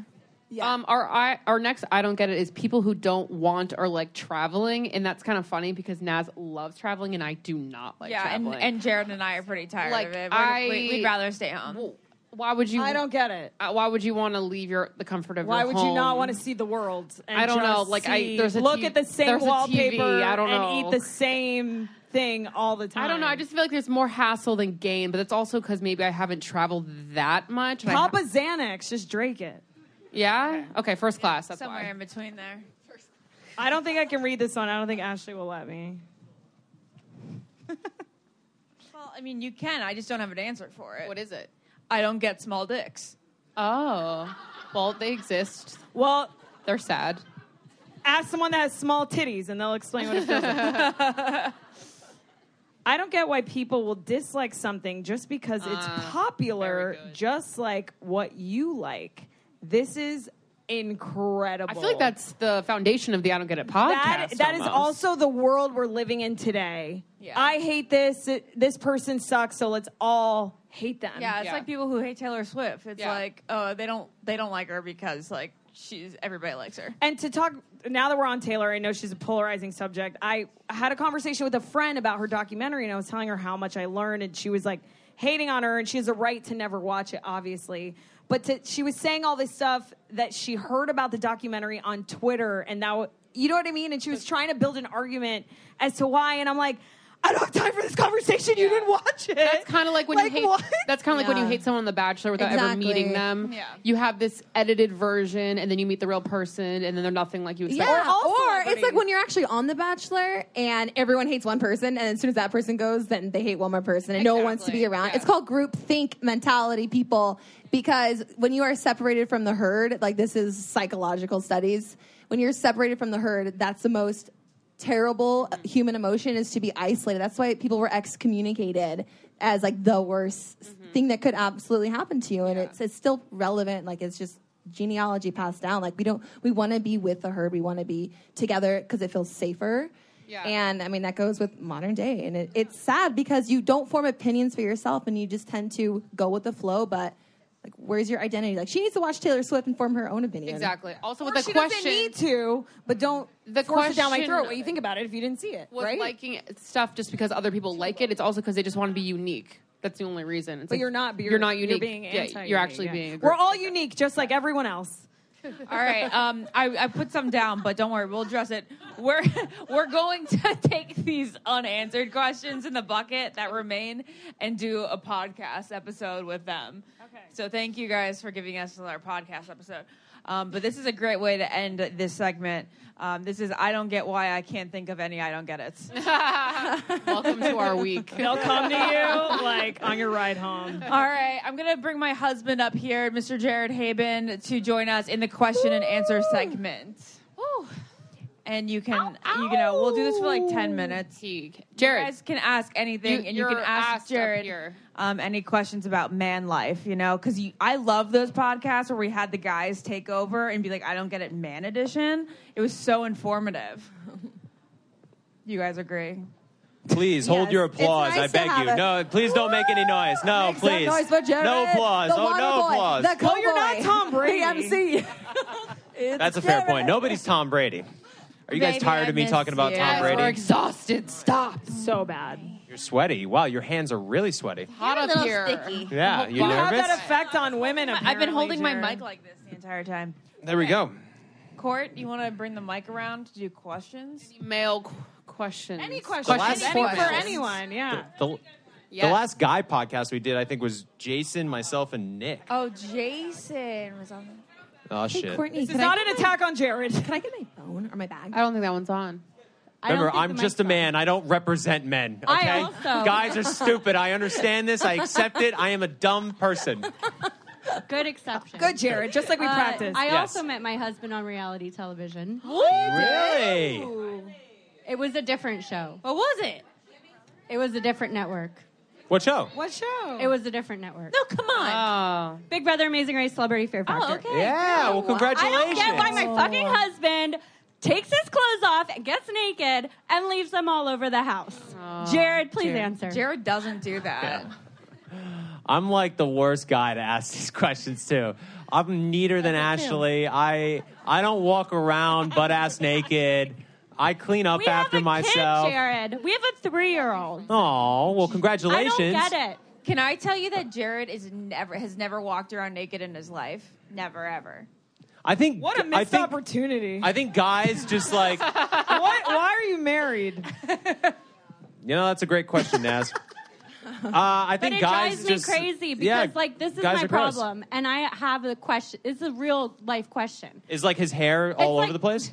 L: yeah.
D: Um, our I, our next I don't get it is people who don't want or like traveling, and that's kind of funny because Naz loves traveling and I do not like
E: yeah, and,
D: traveling.
E: and Jared and I are pretty tired
D: Like,
E: of it. We're,
D: I-
E: we, would rather stay home.
D: why would you?
F: I don't get it.
D: uh, why would you want to leave your the comfort of
F: Why
D: your
F: would you not
D: home?
F: want to see the world? And
D: I don't know,
F: just
D: like, I-
F: see-
D: there's a
F: look
D: T-
F: at the same
D: there's a
F: wallpaper.
D: TV, I don't
F: and
D: know.
F: eat the same thing all the time.
D: I don't know. I just feel like there's more hassle than gain, but that's also because maybe I haven't traveled that much. and I
F: Papa
D: ha-
F: Xanax, just drink it.
D: yeah. Okay, first class. That's
E: Somewhere
D: why.
E: in between there.
F: I don't think I can read this one. I don't think Ashley will let me.
E: Well, I mean, you can. I just don't have an answer for it. What
D: is it?
E: I don't get small dicks.
D: Oh, well, they exist.
F: Well,
D: They're sad.
F: ask someone that has small titties and they'll explain what it feels like. I don't get why people will dislike something just because it's popular, just like what you like. This is incredible.
D: I feel like that's the foundation of the I don't get it podcast.
F: That, that is
D: almost.
F: also the world we're living in today.
E: Yeah.
F: I hate this. It- this person sucks, so let's all hate them.
E: Yeah, it's like people who hate Taylor Swift. It's
F: Yeah.
E: like, oh, they don't they don't like her because like she's everybody likes her.
F: And to talk now that we're on Taylor, I know she's a polarizing subject. I had a conversation with a friend about her documentary, and I was telling her how much I learned, and she was like hating on her, and she has a right to never watch it, obviously. But to, she was saying all this stuff that she heard about the documentary on Twitter, and now you know what I mean. And she was trying to build an argument as to why, and I'm like. I don't have time for this conversation. You didn't watch it.
D: That's kind of like when you hate. That's kind of like when you
F: Yeah.
D: hate someone on The Bachelor without ever
F: Exactly.
D: meeting them.
F: Yeah.
D: You have this edited version, and then you meet the real person, and then they're nothing like you expect.
N: Yeah, or,
L: it's like when you're actually on The Bachelor and everyone hates one person, and as soon as that person goes, then they hate one more person, and no one wants to be around. It's called group think mentality, people, because when you are separated from the herd, like this is psychological studies. When you're separated from the herd, that's the most terrible human emotion is to be isolated. That's why people were excommunicated as like the worst
D: Mm-hmm.
L: thing that could absolutely happen to you, and it's it's still relevant. Like it's just genealogy passed down. Like we don't we want to be with the herd. We want to be together because it feels safer.
D: Yeah.
L: And I mean that goes with modern day, and it, it's sad because you don't form opinions for yourself, and you just tend to go with the flow. But like, where's your identity? Like she needs to watch Taylor Swift and form her own opinion.
D: Exactly. Also,
L: Or
D: with the
L: she doesn't
D: question,
L: need to, but don't
D: the
L: force
D: question,
L: it down my throat. What you think about it if you didn't see it?
D: Was
L: right?
D: liking stuff just because other people like it. It's also because they just want to be unique. That's the only reason. It's
F: But
D: like,
F: you're not. But you're,
D: you're not
F: you're
D: unique.
F: being
D: Yeah,
F: anti-unique,
D: you're actually
F: yeah.
D: being. A group.
F: We're all unique, just like everyone else.
E: All right, um, I, I put some down, but don't worry, we'll address it. We're we're going to take these unanswered questions in the bucket that remain and do a podcast episode with them. Okay. So thank you guys for giving us our podcast episode. Um, but this is a great way to end this segment. Um, this is I don't get why I can't think of any I don't get it.
D: Welcome to our week.
F: They'll come to you like on your ride home.
E: All right, I'm gonna bring my husband up here, Mr. Jared Haben, to join us in the question and answer segment. And you can, you know, we'll do this for like ten minutes.
D: Jared.
E: you guys can ask anything,
D: You-
E: and you can
D: you're
E: ask
D: asked up
E: Jared
D: here.
E: um, any questions about man life. You know, because I love those podcasts where we had the guys take over and be like, "I don't get it, man edition." It was so informative. you guys agree?
C: Please hold your applause. I beg you. No, please don't make any noise. No,
E: Make some
C: please.
E: noise for Jared,
C: no applause.
E: the
C: Oh,
E: water
C: no
E: boy,
C: applause.
E: the co-
F: Oh, you're not Tom Brady.
L: MC.
C: That's a fair point. Nobody's Tom Brady. Are you guys
F: Maybe
C: tired
F: I
C: of me talking
F: miss
C: about
F: you.
C: Tom
F: Yes,
C: Brady?
F: we're
D: exhausted. Stop.
F: So bad.
C: You're sweaty. Wow, your hands are really sweaty.
D: Hot
E: up here.
C: Yeah, you
F: you have
C: nervous?
F: that effect on women.
E: I've been holding my
F: apparently,
E: mic like this the entire time.
C: There we go.
E: Court, you want to bring the mic around to do questions? Any
D: mail questions?
E: Any
C: The last
E: Any
C: four-
E: for
F: anyone, yeah.
C: The, the
E: Yes.
C: last guy podcast we did, I think, was Jason, myself, and Nick.
E: Oh, Jason was on.
C: Oh, shit.
F: This is
L: can I-
F: not an attack on Jared. Can
L: I get my phone or my bag?
D: I don't think that one's on.
C: Remember, I'm just a man. I don't represent men.
D: I
C: Okay?
D: also-
C: Guys are stupid. I understand this. I accept it. I am a dumb person.
P: Good exception. Uh,
F: Good, Jared, just like we practiced.
P: I
C: Yes.
P: also met my husband on reality television.
C: Really?
P: It was a different show.
E: What was it?
P: It was a different network.
C: What show? Oh.
F: What show?
P: It was a different network.
E: No, come on.
P: Big Brother, Amazing Race, Celebrity Fear Factor. Oh,
C: okay. Yeah, well,
P: I don't get why
C: congratulations.
P: my fucking husband takes his clothes off, gets naked, and leaves them all over the house. Jared, please
E: Oh, Uh, Jared.
P: answer.
E: Jared doesn't do that.
C: I'm like the worst guy to ask these questions to. I'm neater than Ashley. I I don't walk around butt ass naked. I clean up
P: We have
C: after
P: a
C: myself.
P: Kid, Jared, we have a three-year-old.
C: Oh, well, congratulations.
E: it. Can I tell you that Jared is never has never walked around naked in his life? Never ever.
C: I think
E: What a
C: I
E: missed
C: think,
F: opportunity.
C: I think guys just like
F: Why, why are you married?
C: you know that's a great question to ask. Uh, I
P: But
C: think
P: it
C: guys
P: drives
C: just
P: me crazy because
C: yeah,
P: like this is
C: guys
P: my
C: are gross.
P: problem, and I have a question. It's a real life question.
C: Is like his hair all over
P: like-
C: the place?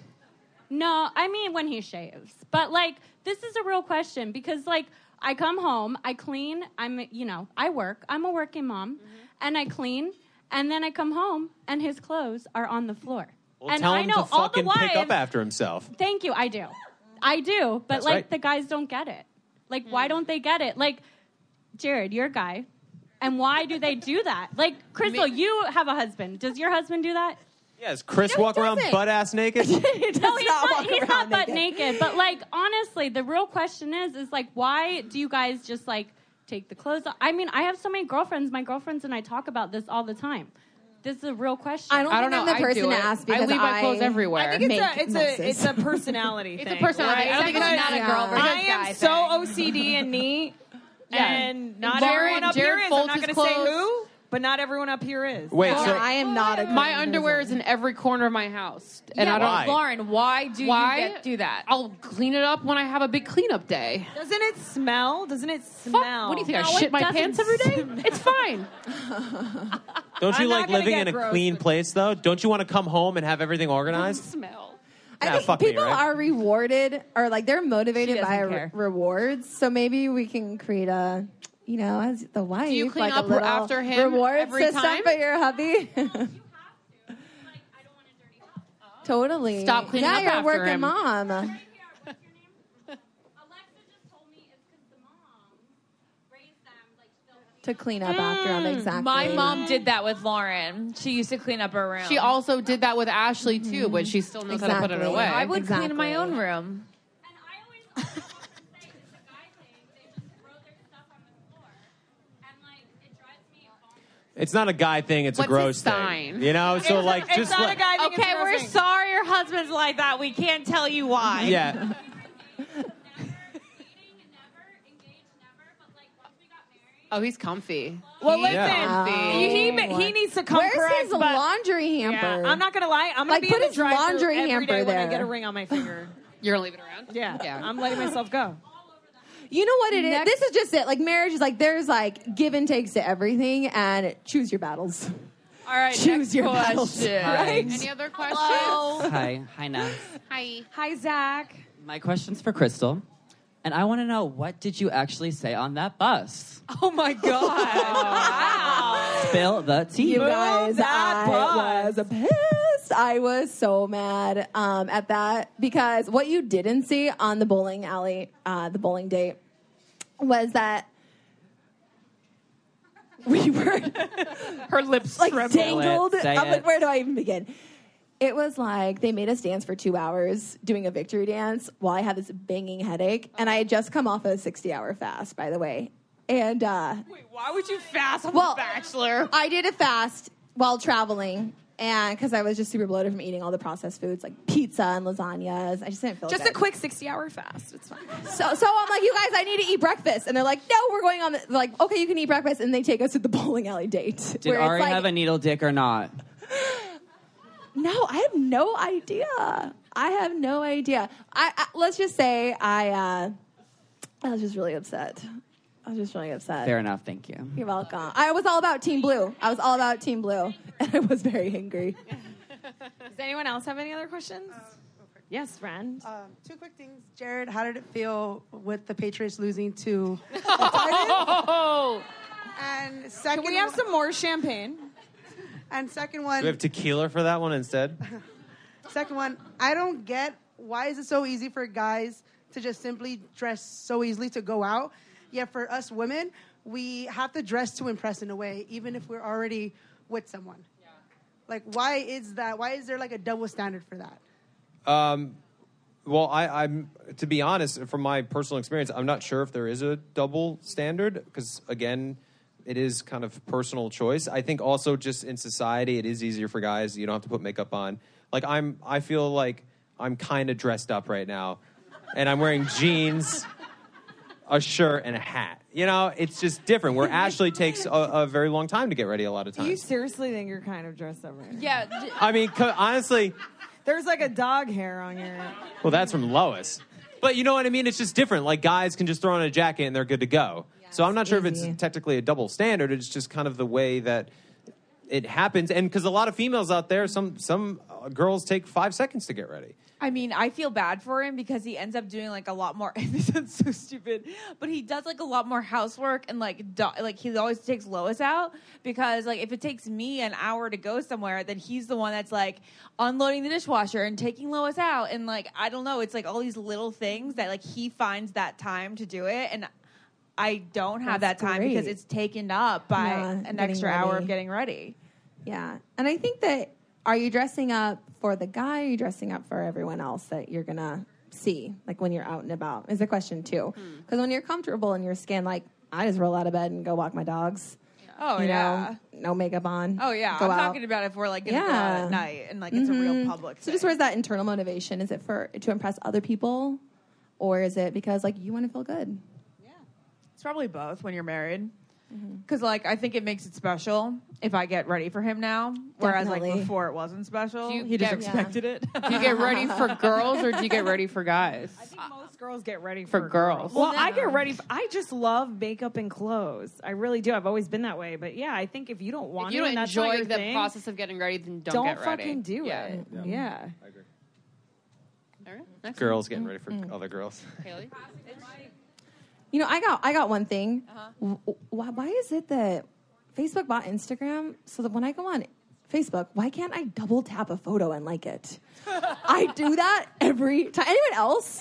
P: No, I mean when he shaves, but like this is a real question because like I come home, I clean, I'm you know I work, I'm a working mom,
C: Mm-hmm.
P: and I clean, and then I come home and his clothes are on the floor,
C: Well,
P: and
C: tell
P: I
C: him
P: know
C: to
P: all the
C: fucking
P: wives.
C: pick up after himself.
P: Thank you. I do. I do. But
C: That's
P: like
C: right. Mm-hmm.
P: the guys don't get it. Like why don't they get it? Like Jared, you're a guy. And why do they do that? Like Crystal, you have a husband. Does your husband do that?
C: Yes, Chris
P: No, he
C: walk around
P: doesn't.
C: butt ass naked.
P: no, he's
L: not
P: not,
L: walk
P: he's
L: around
P: not butt
L: naked.
P: naked. But like honestly, the real question is is like why do you guys just like take the clothes off? I mean, I have so many girlfriends. My girlfriends and I talk about this all the time. This is a real question.
E: I don't I don't think I'm know. the I person do to it. ask I because leave my clothes I- everywhere.
F: I think it's
E: Make
F: a it's
E: messes.
F: a it's a personality
E: It's a
F: thing.
E: personality.
F: Right?
E: I think it's
F: Because
E: not a girl versus
F: I am
E: guy
F: so OCD and neat,
E: Yeah.
F: and not
E: Jared-
F: everyone up
E: Jared
F: here is. I'm
E: folds
F: not going
E: his
F: to say
E: clothes.
F: who, but not everyone up here is.
E: Wait, Yeah, so- I
F: am not a
D: My underwear is in every corner of my house, and
E: Yeah,
D: I don't.
E: but Why? Lauren, why do you get- do
D: that? I'll clean it up when I have a big cleanup day.
F: Doesn't it smell? Doesn't it smell?
D: What do you think?
F: No,
D: I
F: it
D: shit my
F: doesn't
D: pants every day. It's fine.
C: Don't you
F: I'm
C: like
F: not gonna
C: living
F: get
C: in a
F: gross
C: clean place though? Don't you want to come home and have everything organized?
D: Smell.
C: Yeah, fuck me,
L: People
C: right?
L: are rewarded, or like they're motivated
Q: doesn't
L: by
Q: care.
L: re- rewards. So maybe we can create a, you know, as the wife,
D: you clean
L: like
D: up
L: a little
D: after him
L: reward
D: every
L: system
D: time?
L: for your hubby. Totally.
D: Stop cleaning
L: yeah,
D: up
L: you're a
D: after
L: working
D: him.
L: mom.
E: to clean
D: Mm.
E: up after them.
L: exactly.
E: Mm. My mom did that with Lauren. She used to clean up her room.
D: She also did that with Ashley too, but she still knows how to put it away.
E: I would clean my own room.
C: It's not a guy thing. It's
E: What's
C: a
E: a
C: gross
E: sign?
C: thing. You know, so like just let-
E: Okay, we're sorry your husband's like that. We can't tell you why.
C: Yeah.
D: Oh, he's comfy.
F: Well,
D: He's
F: listen,
D: comfy.
F: he, he, ma- he needs to come.
L: Where's
F: correct,
L: his
F: but-
L: laundry hamper?
F: Yeah, I'm not gonna lie. I'm gonna
L: Like,
F: be
L: put
F: in the
L: his
F: drive-thru
L: laundry
F: every
L: hamper
F: day when I
L: there.
F: get a ring on my finger.
D: You're gonna leave it around?
F: Yeah,
D: Yeah.
F: I'm letting myself go.
L: You know what it is?
F: Next-
L: This is just it. Like marriage is like there's like give and takes to everything, and choose your battles.
E: All right,
L: choose your battles.
R: question.
L: Right?
R: Any
D: other
R: Hi, hi, Ness.
D: Hi.
E: Hi, Zach.
R: My question's for Crystal, and I want to know what did you actually say on that bus?
E: Oh my god.
R: Spill the tea.
L: You guys, I was pissed. I was so mad um, at that because what you didn't see on the bowling alley, uh, the bowling date, was that
E: Her lips
L: like
E: tremble.
L: dangled. I'm like, where do I even begin? It was like they made us dance for two hours doing a victory dance while I had this banging headache, and I had just come off a 60 hour fast, by the way. And uh,
E: Why would you fast on
L: Well-
E: The Bachelor?
L: I did a fast while traveling, and because I was just super bloated from eating all the processed foods like pizza and lasagnas, I just didn't feel
E: Just
L: good.
E: a quick 60 hour fast. It's fine.
L: So, so I'm like, you guys, I need to eat breakfast, and they're like, no, we're going on. The, they're like, okay, you can eat breakfast, and they take us to the bowling alley date.
R: Did
L: where it's
R: Ari
L: like,
R: have a needle dick or not?
L: No, I have no idea. I have no idea. I, I let's just say I uh, I was just really upset. I was just really upset.
R: Fair enough. Thank you.
L: You're welcome. I was all about Team Blue. I was all about Team Blue, and I was very angry.
F: Does anyone else have any other questions? yes, friend.
I: Uh, Um, two quick things, Jared. How did it feel with the Patriots losing to?
F: Oh.
I: And second,
F: Can we have some more champagne?
I: And second
C: Do
I: one,
C: we have tequila for that one instead?
I: second one. I don't get why is it so easy for guys to just simply dress so easily to go out, yet for us women, we have to dress to impress in a way, even if we're already with someone. Like, why is that? Why is there like a double standard for that?
C: Um, well, I, I'm to be honest, from my personal experience, I'm not sure if there is a double standard because again, it is kind of personal choice. I think also just in society, it is easier for guys. You don't have to put makeup on. Like I'm, I feel like I'm kind of dressed up right now, and I'm wearing jeans, a shirt, and a hat. You know, it's just different. Where Ashley takes a, a very long time to get ready, a lot of
F: Do you
C: times.
F: seriously think you're kind of dressed up right now?
E: Yeah.
C: I mean, co- honestly.
F: There's like a dog hair on your.
C: Well, that's from Lois. But you know what I mean? It's just different. Like guys can just throw on a jacket and they're good to go. so I'm not sure if it's technically a double standard. It's just kind of the way that it happens. And because a lot of females out there, some some uh, girls take five seconds to get ready.
E: I mean, I feel bad for him because he ends up doing like a lot more. This sounds so stupid, but he does like a lot more housework and like do, like he always takes Lois out because like if it takes me an hour to go somewhere, then he's the one that's like unloading the dishwasher and taking Lois out and like I don't know, it's like all these little things that like he finds that time to do it and I don't have
L: That's
E: that time because
L: great.
E: it's taken up by
L: Yeah,
E: an
L: getting
E: extra hour
L: ready.
E: of getting ready.
L: Yeah, and I think that are you dressing up for the guy? Or are you dressing up for everyone else that you're gonna see, like when you're out and about? Is the
E: Hmm.
L: question too? Because when you're comfortable in your skin, like I just roll out of bed and go walk my dogs.
E: Oh,
L: you know,
E: yeah.
L: no makeup on.
E: Oh yeah,
L: go
E: I'm
L: out.
E: talking about if we're like gonna go out
L: Yeah.
E: at night and like it's a real
L: Mhm.
E: public.
L: So just where's that internal motivation? Is it for to impress other people, or is it because like you want to feel good?
E: It's probably both when you're married. Because like I think it makes it special if I get ready for him now, whereas like
D: Definitely.
E: before it wasn't special.
D: Do you
E: He just
D: get-
E: expected it.
D: do you get ready for girls or do you get ready for guys?
F: Most girls get ready
D: For
F: for,
D: girls.
F: Well,
D: Well,
F: I get ready. For, I just love makeup and clothes. I really do. I've always been that way. But yeah, I think if you don't want
D: If you
F: to,
D: don't
F: and that's not
D: enjoy
F: your
D: the
F: thing,
D: process of getting ready, then don't,
F: don't
D: get ready.
F: fucking do
D: Yeah.
F: it. Yeah.
D: I agree. All right.
L: Next
S: girls
L: one.
S: getting ready for
L: Mm.
S: other girls.
D: Haley?
L: You know, I got I got one thing.
D: Uh-huh.
L: W- Why, why is it that Facebook bought Instagram so that when I go on Facebook, why can't I double tap a photo and like it? I do that every time. Anyone else?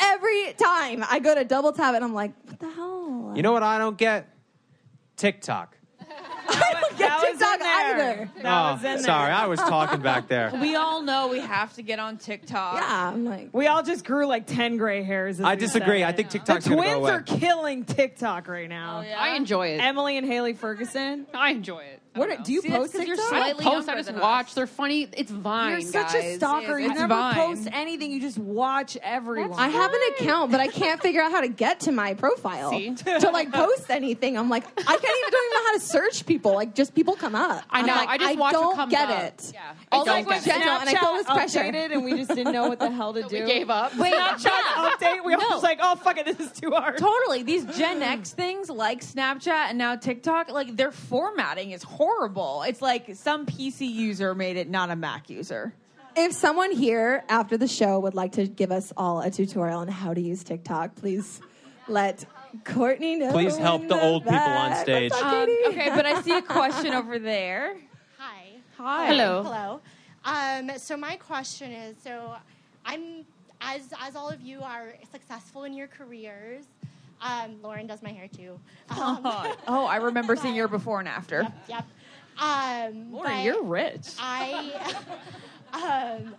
L: Every time I go to double tap and I'm like, what the hell?
S: You know what I don't get? TikTok.
L: That
E: was in
L: TikTok
E: there.
L: either.
E: That
S: Oh,
E: was in there.
S: sorry, I was talking back there.
E: We all know we have to get on TikTok.
L: Yeah, I'm like
F: we all just grew like ten gray hairs. as
S: I
F: we
S: disagree.
F: said.
S: I think
F: The
S: TikTok's gonna go
F: twins
S: away.
F: are killing TikTok right now.
D: Oh, yeah? I enjoy it.
F: Emily and Haley Ferguson.
D: I enjoy it.
F: What do you post?
D: Because you're
F: TikTok?
D: slightly post, I just watch. They're funny. It's Vine.
F: You're such
D: guys.
F: a stalker. You
D: It's
F: never
D: Vine.
F: post anything. You just watch everyone.
L: I have an account, but I can't figure out how to get to my profile
F: See?
L: to like post anything. I'm like, I can't even don't even know how to search people. Like, just people come up.
D: I know.
L: I'm like,
D: I just watch what
L: don't
D: comes
L: get
D: up.
L: it.
D: Yeah. I
L: Also,
D: don't
L: like when
D: get it.
L: Jenna and I feel this pressure.
F: updated and we just didn't know what the hell to
D: we
F: do.
D: gave up.
F: Wait,
D: Wait,
F: Snapchat
E: yeah.
F: update. We all
E: No.
F: was like, oh fuck it, this is too hard.
E: Totally. These Gen X things like Snapchat and now TikTok, like their formatting is horrible. It's like some PC user made it, not a Mac user.
L: If someone here after the show would like to give us all a tutorial on how to use TikTok, please let Courtney know.
S: Please help
L: in
S: the old people on
L: back.
S: stage.
L: What's up,
S: Um,
L: Katie?
T: okay, but I see a question over there. Hi.
L: Hi. Hello.
T: Hello. Hello. Um, so my question is, so I'm as as all of you are successful in your careers. Um, Lauren does my hair too. Um,
E: oh, I remember seeing your before and after.
T: Yep. Um,
E: Lori,
T: but
E: you're rich.
T: I, um,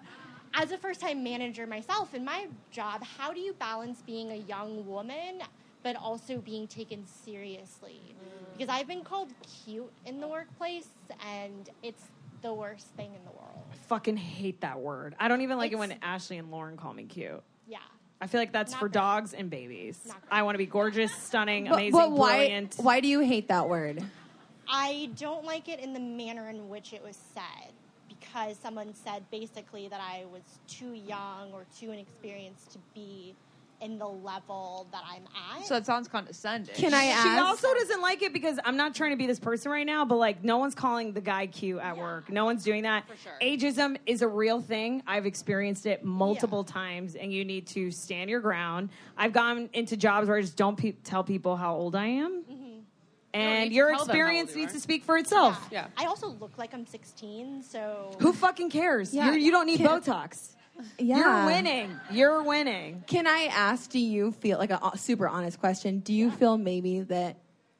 T: as a first time manager myself in my job, how do you balance being a young woman but also being taken seriously? Because I've been called cute in the workplace and it's the worst thing in the world.
F: I fucking hate that word. I don't even like it when Ashley and Lauren call me cute.
T: Yeah.
F: I feel like that's for dogs and babies. I want to be gorgeous, stunning,
L: But-
F: amazing,
L: but why,
F: brilliant.
L: Why do you hate that word?
T: I don't like it in the manner in which it was said because someone said basically that I was too young or too inexperienced to be in the level that I'm at.
E: So it sounds condescending.
T: Can I
F: She
T: ask-
F: also doesn't like it because I'm not trying to be this person right now, but like no one's calling the guy cute at work. No one's doing that. For sure. Ageism is a real thing. I've experienced it multiple times, and you need to stand your ground. I've gone into jobs where I just don't pe- tell people how old I am,
T: Mm-hmm. need
F: and
T: to
F: your
T: tell them how old
F: experience
T: you
F: needs
T: are.
F: to speak for itself.
T: Yeah. I also look like I'm 16, so
F: Who fucking cares?
L: Yeah.
F: You're- you don't need
L: Can-
F: Botox.
L: Yeah.
F: You're winning. You're winning.
L: Can I ask, do you feel like a ho- super honest question? Do you feel maybe that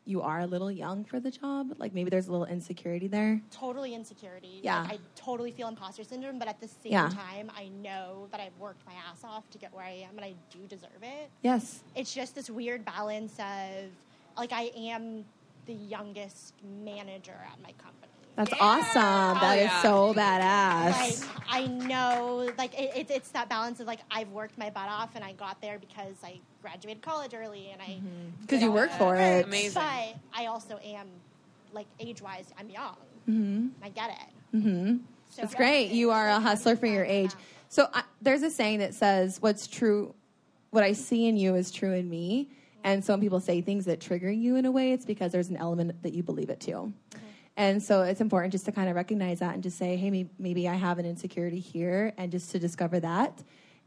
L: you are a little young for the job? Like maybe there's a little insecurity there?
T: totally insecurity. Like,
L: Yeah.
T: I totally feel imposter syndrome, but at the same
L: Yeah.
T: time, I know that I've worked my ass off to get where I am and I do deserve it.
L: Yes.
T: It's just this weird balance of like I am the youngest manager at my company.
L: That's awesome.
F: Oh,
L: That is
T: yeah.
L: so badass.
T: Like I know, like it, it, it's that balance of like I've worked my butt off and I got there because I graduated college early and I
L: Because you work for it.
T: But I also am like age wise, I'm young.
L: Mhm.
T: I get it.
L: Mm-hmm.
T: So
L: That's great. You are a hustler for your age. So I, there's a saying that says, "What's true, what I see in you is true in me." And so when people say things that trigger you in a way, it's because there's an element that you believe it too. And so it's important just to kind of recognize that and just say, "Hey, may- maybe I have an insecurity here," and just to discover that.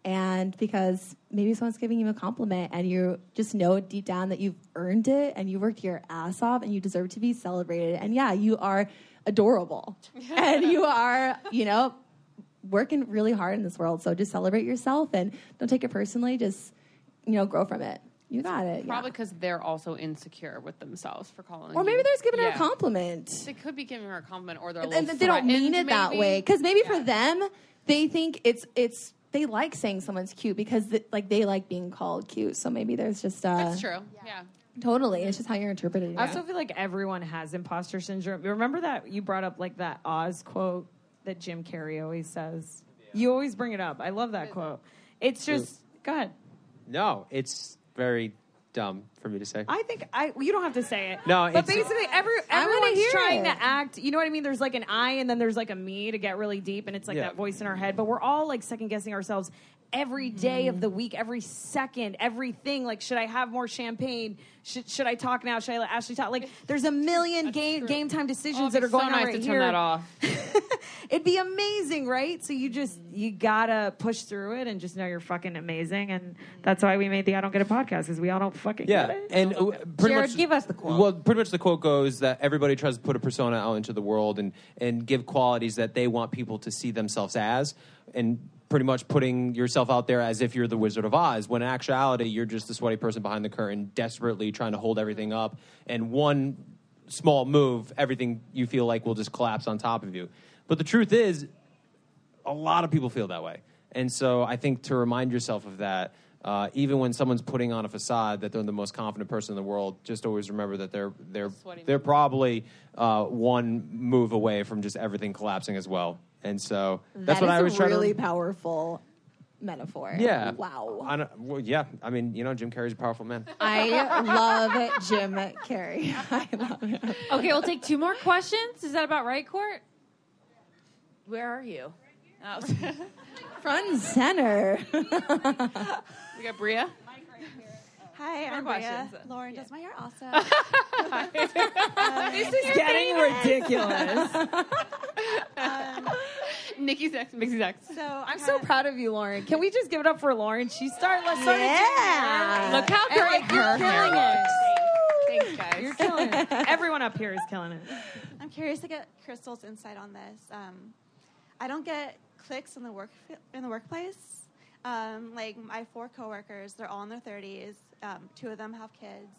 L: And because maybe someone's giving you a compliment and you just know deep down that you've earned it and you worked your ass off and you deserve to be celebrated. And yeah, you are adorable and you are, you know, working really hard in this world. So just celebrate yourself and don't take it personally. Just, you know, grow from it. You got it. Yeah.
D: Probably because they're also insecure with themselves for calling.
L: Or maybe
D: you-
L: they're just giving her a
D: Yeah.
L: compliment.
D: They could be giving her a compliment, or they're a
L: And-
D: little
L: and they don't mean it
D: threatened,
L: that
D: maybe.
L: way because maybe for them they think it's it's they like saying someone's cute because th- like they like being called cute so maybe there's just uh
D: That's true. Yeah.
L: Totally. It's just how you're interpreting it.
F: I also feel like everyone has imposter syndrome. You remember that you brought up like that Oz quote that Jim Carrey always says. You always bring it up. I love that quote. It's just go ahead.
C: No, it's very dumb for me to say.
F: I think I you don't have to say it.
C: No,
F: but
C: it's-
F: basically every
L: I wanna
F: everyone's
L: hear
F: trying
L: it.
F: to act. You know what I mean? There's like an I and then there's like a me to get really deep, and it's like
L: Yeah.
F: that voice in our head. But we're all like second guessing ourselves every day of the week, every second, everything. Like, should I have more champagne? Should should I talk now? Should I let Ashley talk? Like, there's a million game game time decisions that are going
D: Oh, so
F: on
D: nice
F: right
D: to
F: here.
D: turn that off.
F: It'd be amazing, right? So you just you gotta push through it and just know you're fucking amazing, and that's why we made the I Don't Get It podcast because we all don't fucking
C: Yeah,
F: get it.
C: and uh, pretty much
F: us the
C: Well, pretty much the quote goes that everybody tries to put a persona out into the world and and give qualities that they want people to see themselves as, and pretty much putting yourself out there as if you're the Wizard of Oz, when in actuality you're just the sweaty person behind the curtain, desperately trying to hold everything up, and one small move, everything you feel like will just collapse on top of you. But the truth is, a lot of people feel that way. And so I think to remind yourself of that, uh, even when someone's putting on a facade that they're the most confident person in the world, just always remember that they're they're they're probably uh, one move away from just everything collapsing as well. And so that's
L: That
C: what
L: is
C: I was
L: a
C: trying
L: really
C: to.
L: powerful metaphor.
C: Yeah.
L: Wow.
C: I don't- well, yeah. I mean, you know, Jim Carrey's a powerful man.
L: I love Jim Carrey.
U: Okay, we'll take two more questions. Is that about right, Court?
E: Where are you?
U: Oh.
L: Front and center.
D: We got Bria.
G: Hi,
D: More
G: I'm Bria.
D: questions.
G: Lauren does my hair also. Um,
D: this is
F: getting ridiculous.
D: Um, Nikki's ex, Mixie's ex.
G: So
F: I'm so proud of you, Lauren. Can we just give it up for Lauren? She started. Let's start.
D: Yeah. Look how
F: great you're
G: her
F: killing
G: hair
F: it.
D: Thanks, guys.
F: You're killing it. Everyone up here is killing it.
G: I'm curious to get Crystal's insight on this. Um, I don't get clicks in the work in the workplace. Um, like my four coworkers, they're all in their 30s. Um, two of them have kids,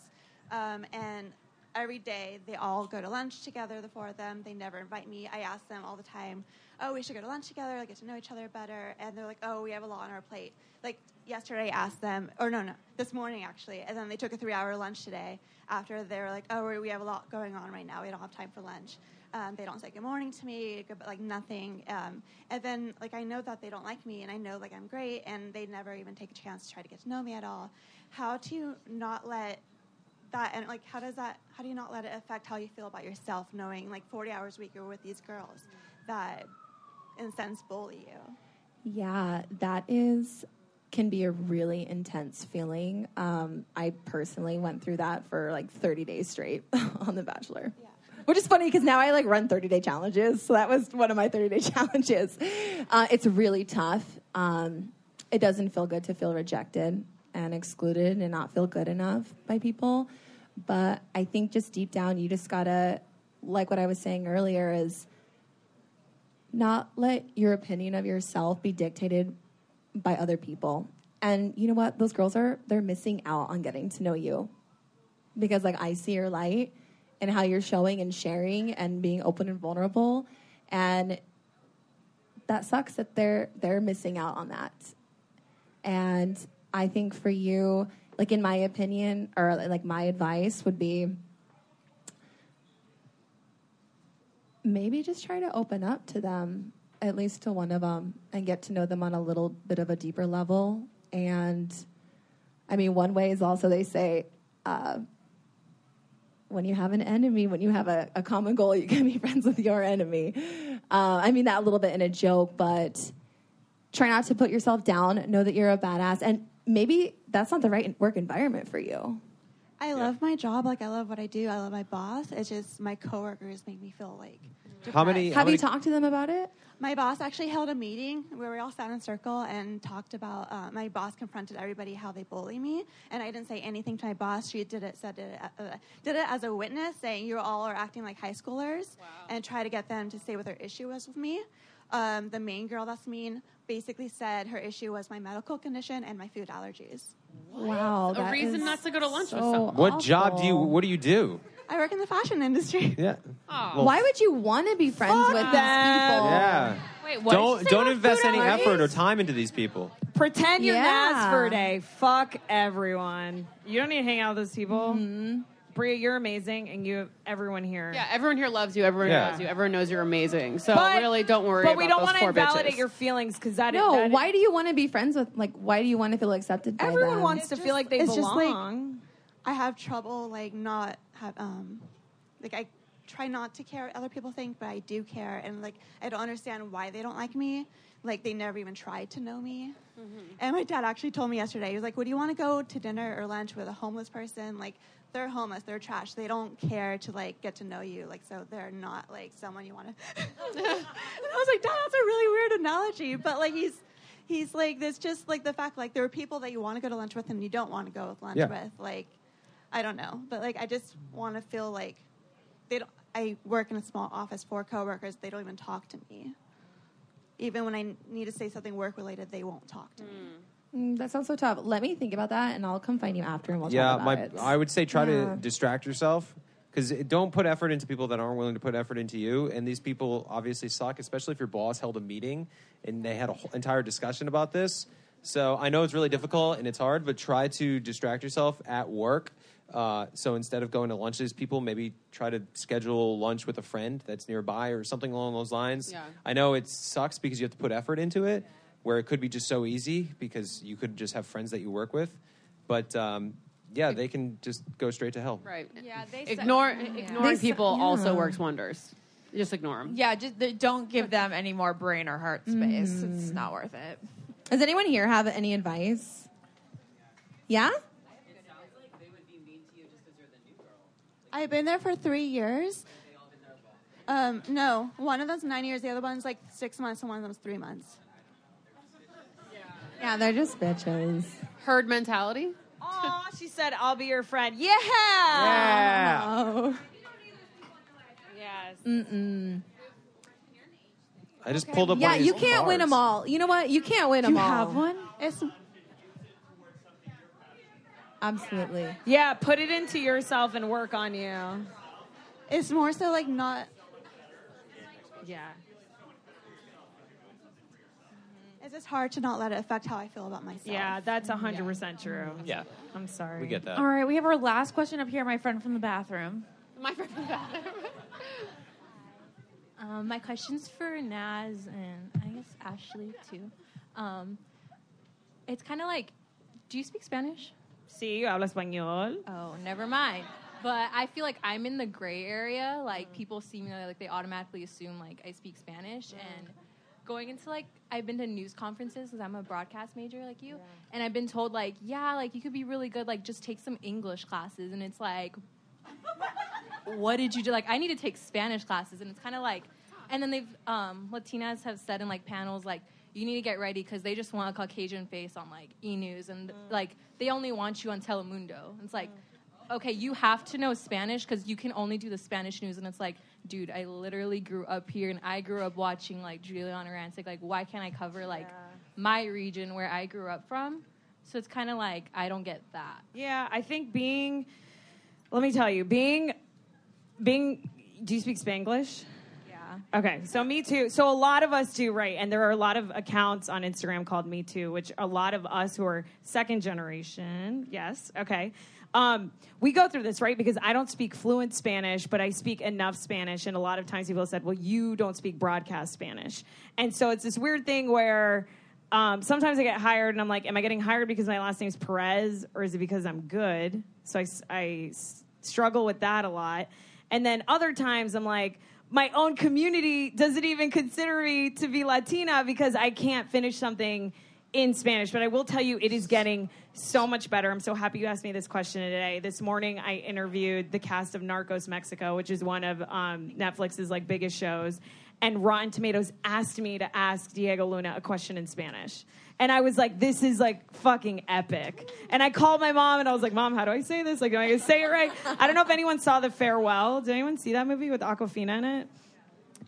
G: um, and every day they all go to lunch together. The four of them. They never invite me. I ask them all the time, "Oh, we should go to lunch together. Like, get to know each other better." And they're like, "Oh, we have a lot on our plate." Like yesterday, I asked them, or no, no, this morning actually, and then they took a three-hour lunch today. After they were like, "Oh, we have a lot going on right now. We don't have time for lunch." Um, they don't say good morning to me, good, like nothing. Um, and then, like, I know that they don't like me, and I know like I'm great, and they never even take a chance to try to get to know me at all. How do you not let that and like how does that how do you not let it affect how you feel about yourself, knowing like 40 hours a week you're with these girls that, in a sense, bully you?
L: Yeah, that is can be a really intense feeling. Um, I personally went through that for like 30 days straight on The Bachelor. Which is funny because now I like run 30 day challenges. So that was one of my 30 day challenges. Uh, it's really tough. Um, it doesn't feel good to feel rejected and excluded and not feel good enough by people. But I think just deep down, you just gotta, like what I was saying earlier, is not let your opinion of yourself be dictated by other people. And you know what? Those girls are they're missing out on getting to know you. Because like I see your light and how you're showing and sharing and being open and vulnerable and that sucks that they're they're missing out on that. And I think for you, like in my opinion or like my advice would be maybe just try to open up to them at least to one of them and get to know them on a little bit of a deeper level and i mean one way is also they say uh, when you have an enemy when you have a, a common goal you can be friends with your enemy uh, i mean that a little bit in a joke but try not to put yourself down know that you're a badass and maybe that's not the right work environment for you
G: I love my job. Like I love what I do. I love my boss. It's just my coworkers make me feel like.
C: How many-
G: depressed.
C: how Have you many- talked
L: to them about it?
G: My boss actually held a meeting where we all sat in a circle and talked about. Uh, my boss confronted everybody how they bully me, and I didn't say anything to my boss. She did it, said it, uh, uh, did it as a witness, saying you all are acting like high schoolers, and try to get them to say what their issue was with me. Um, the main girl that's mean basically said her issue was my medical condition and my food allergies.
L: Wow,
D: a reason not to go to lunch with
L: so
D: someone.
C: What job do you? What do you do?
G: I work in the fashion industry.
C: Yeah.
L: Why would you want to be friends with these people?
C: Yeah.
E: Wait,
C: don't don't invest any effort or time into these people.
F: Pretend you're
E: Yeah.
F: Nas Verde. Fuck everyone. You don't need to hang out with those people. Bria, you're amazing, and you have everyone here.
D: Mm-hmm. Yeah, everyone here loves you. Everyone
F: Yeah.
D: loves you. Everyone knows you're amazing. So
F: But-
D: really, don't worry.
F: but we
D: about
F: don't
D: those
F: wanna
D: four
F: invalidate
D: bitches.
F: your feelings because that
L: no,
F: that
L: why do you want to be friends with? Like, why do you want to feel accepted? By
F: Everyone
L: them?
F: wants to feel like they
G: it's
F: belong.
G: Just like I have trouble like not have um like I try not to care what other people think, but I do care, and like I don't understand why they don't like me. Like they never even tried to know me. And my dad actually told me yesterday, he was like, "Would you want to go to dinner or lunch with a homeless person? Like they're homeless, they're trash, they don't care to like get to know you. Like so they're not like someone you want to." and I was like, "Dad, that's a really weird analogy," but like he's he's like there's just like the fact like there are people that you want to go to lunch with and you don't want to go with lunch
S: Yeah.
G: with like i don't know but like i just want to feel like they don't i work in a small office for coworkers they don't even talk to me even when i n- need to say something work related they won't talk to me
L: Mm, that sounds so tough. Let me think about that, and I'll come find you after, and we'll
C: yeah,
L: talk about
C: my
L: it.
C: I would say try
L: Yeah.
C: to distract yourself because don't put effort into people that aren't willing to put effort into you. And these people obviously suck, especially if your boss held a meeting and they had an entire discussion about this. So I know it's really difficult and it's hard, but try to distract yourself at work. Uh, so instead of going to lunch with these people, maybe try to schedule lunch with a friend that's nearby or something along those lines.
A: Yeah.
C: I know it sucks because you have to put effort into it, where it could be just so easy because you could just have friends that you work with. But um, yeah, they can just go straight to hell.
D: Right.
E: Yeah, they
D: ignore ignoring
E: They-
D: people also
E: yeah.
D: works wonders. Just ignore them.
E: Yeah, just they don't give them any more brain or heart space. It's not worth it.
L: Does anyone here have any advice? Yeah.
G: I've been there for three years. Um, no, one of them's nine years, the other one's like six months, and one of them's three months.
L: Yeah, they're just bitches.
D: Herd mentality.
F: Oh, she said, "I'll be your friend." Yeah.
D: Yeah.
F: Yes.
D: Mm.
L: Mm-mm.
C: I just pulled up.
L: Mm. yeah,
C: one of these
L: you can't win them
C: cards.
L: all. You know what? You can't win
F: Do
L: them
F: you
L: all.
F: have one?
G: It's
L: absolutely.
F: Yeah, put it into yourself and work on you.
G: It's more so like not.
F: Yeah.
G: It's just hard to not let it affect how I feel about myself.
F: Yeah, that's 100% true.
C: Yeah.
F: I'm sorry.
C: We get that.
E: All right, we have our last question up here. My friend from the bathroom.
V: My friend from the bathroom.
S: Um, my question's for Naz and I guess Ashley too. Um, it's kind of like, do you speak Spanish?
F: Sí, yo hablo español.
S: Oh, never mind. But I feel like I'm in the gray area. Like people see me, like they automatically assume like I speak Spanish. And going into like I've been to news conferences because I'm a broadcast major like you, and I've been told like yeah, like you could be really good. Like just take some English classes, and it's like, what did you do? Like I need to take Spanish classes, and it's kind of like, and then they've um, Latinas have said in like panels like. You need to get ready because they just want a Caucasian face on like E News and like they only want you on Telemundo. It's like, okay, you have to know Spanish because you can only do the Spanish news. And it's like, dude, I literally grew up here and I grew up watching like Julian Rancic. Like, why can't I cover like my region where I grew up from? So it's kind of like, I don't get that.
F: Yeah, I think being let me tell you, being being do you speak Spanglish? Yeah. Okay, so me too. So a lot of us do, right? And there are a lot of accounts on Instagram called Me Too, which a lot of us who are second generation, yes, okay. Um, we go through this, right? Because I don't speak fluent Spanish, but I speak enough Spanish. And a lot of times people have said, well, you don't speak broadcast Spanish. And so it's this weird thing where um, sometimes I get hired and I'm like, am I getting hired because my last name's Perez or is it because I'm good? So I, s- I s- struggle with that a lot. And then other times I'm like, my own community doesn't even consider me to be Latina because I can't finish something in Spanish. But I will tell you, it is getting so much better. I'm so happy you asked me this question today. This morning I interviewed the cast of Narcos Mexico, which is one of um, Netflix's like biggest shows and Rotten Tomatoes asked me to ask Diego Luna a question in Spanish. And I was like, this is like fucking epic. And I called my mom and I was like, Mom, how do I say this? Like, am I gonna say it right? I don't know if anyone saw The Farewell. Did anyone see that movie with Aquafina in it?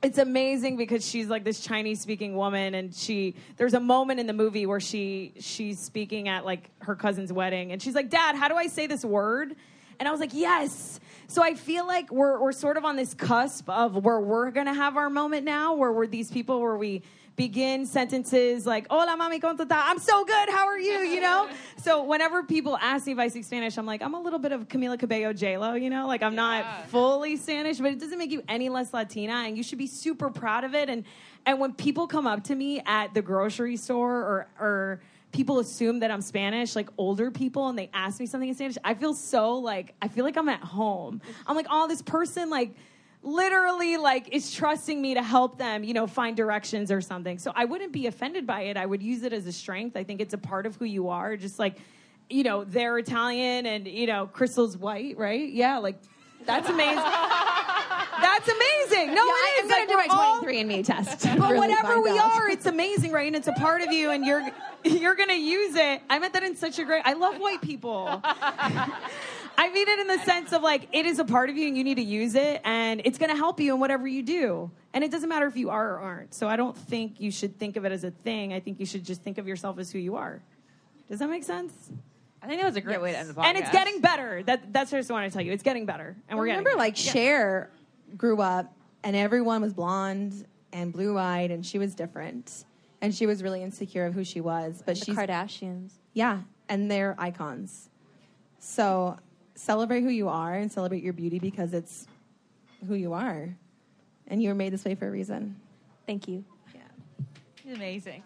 F: it's amazing because she's like this Chinese speaking woman and she there's a moment in the movie where she she's speaking at like her cousin's wedding and she's like, Dad, how do I say this word? And I was like, Yes. So I feel like we're we're sort of on this cusp of where we're gonna have our moment now, where we're these people where we begin sentences like "Hola, mami, ¿cómo está?" I'm so good. How are you? You know. so whenever people ask me if I speak Spanish, I'm like, I'm a little bit of Camila Cabello, J Lo. You know, like I'm not fully Spanish, but it doesn't make you any less Latina, and you should be super proud of it. And and when people come up to me at the grocery store or or people assume that I'm Spanish, like older people, and they ask me something in Spanish, I feel so like I feel like I'm at home. I'm like, oh, this person like literally like is trusting me to help them, you know, find directions or something. So I wouldn't be offended by it. I would use it as a strength. I think it's a part of who you are. Just like, you know, they're Italian and you know, Crystal's white, right? Yeah, like that's amazing. That's amazing. No,
N: Yeah, I-
F: it is.
N: I'm gonna
F: Like,
N: do my
F: we're all-
N: 23andMe test.
F: But
N: Really
F: whatever
N: find
F: we
N: out.
F: are, it's amazing, right? And it's a part of you, and you're you're gonna use it. I meant that in such a great. I love white people. I mean it in the sense of like it is a part of you, and you need to use it, and it's gonna help you in whatever you do. And it doesn't matter if you are or aren't. So I don't think you should think of it as a thing. I think you should just think of yourself as who you are. Does that make sense?
E: I think that was a great way to end the podcast.
F: And it's getting better. That, that's what I just want to tell you. It's getting better, and we're
L: remember
F: getting
L: like
F: better. Yeah.
L: Cher grew up and everyone was blonde and blue eyed and she was different and she was really insecure of who she was. But
E: The
L: she's
E: Kardashians.
L: Yeah, and they're icons. So celebrate who you are and celebrate your beauty because it's who you are, and you were made this way for a reason.
N: Thank you.
E: Amazing.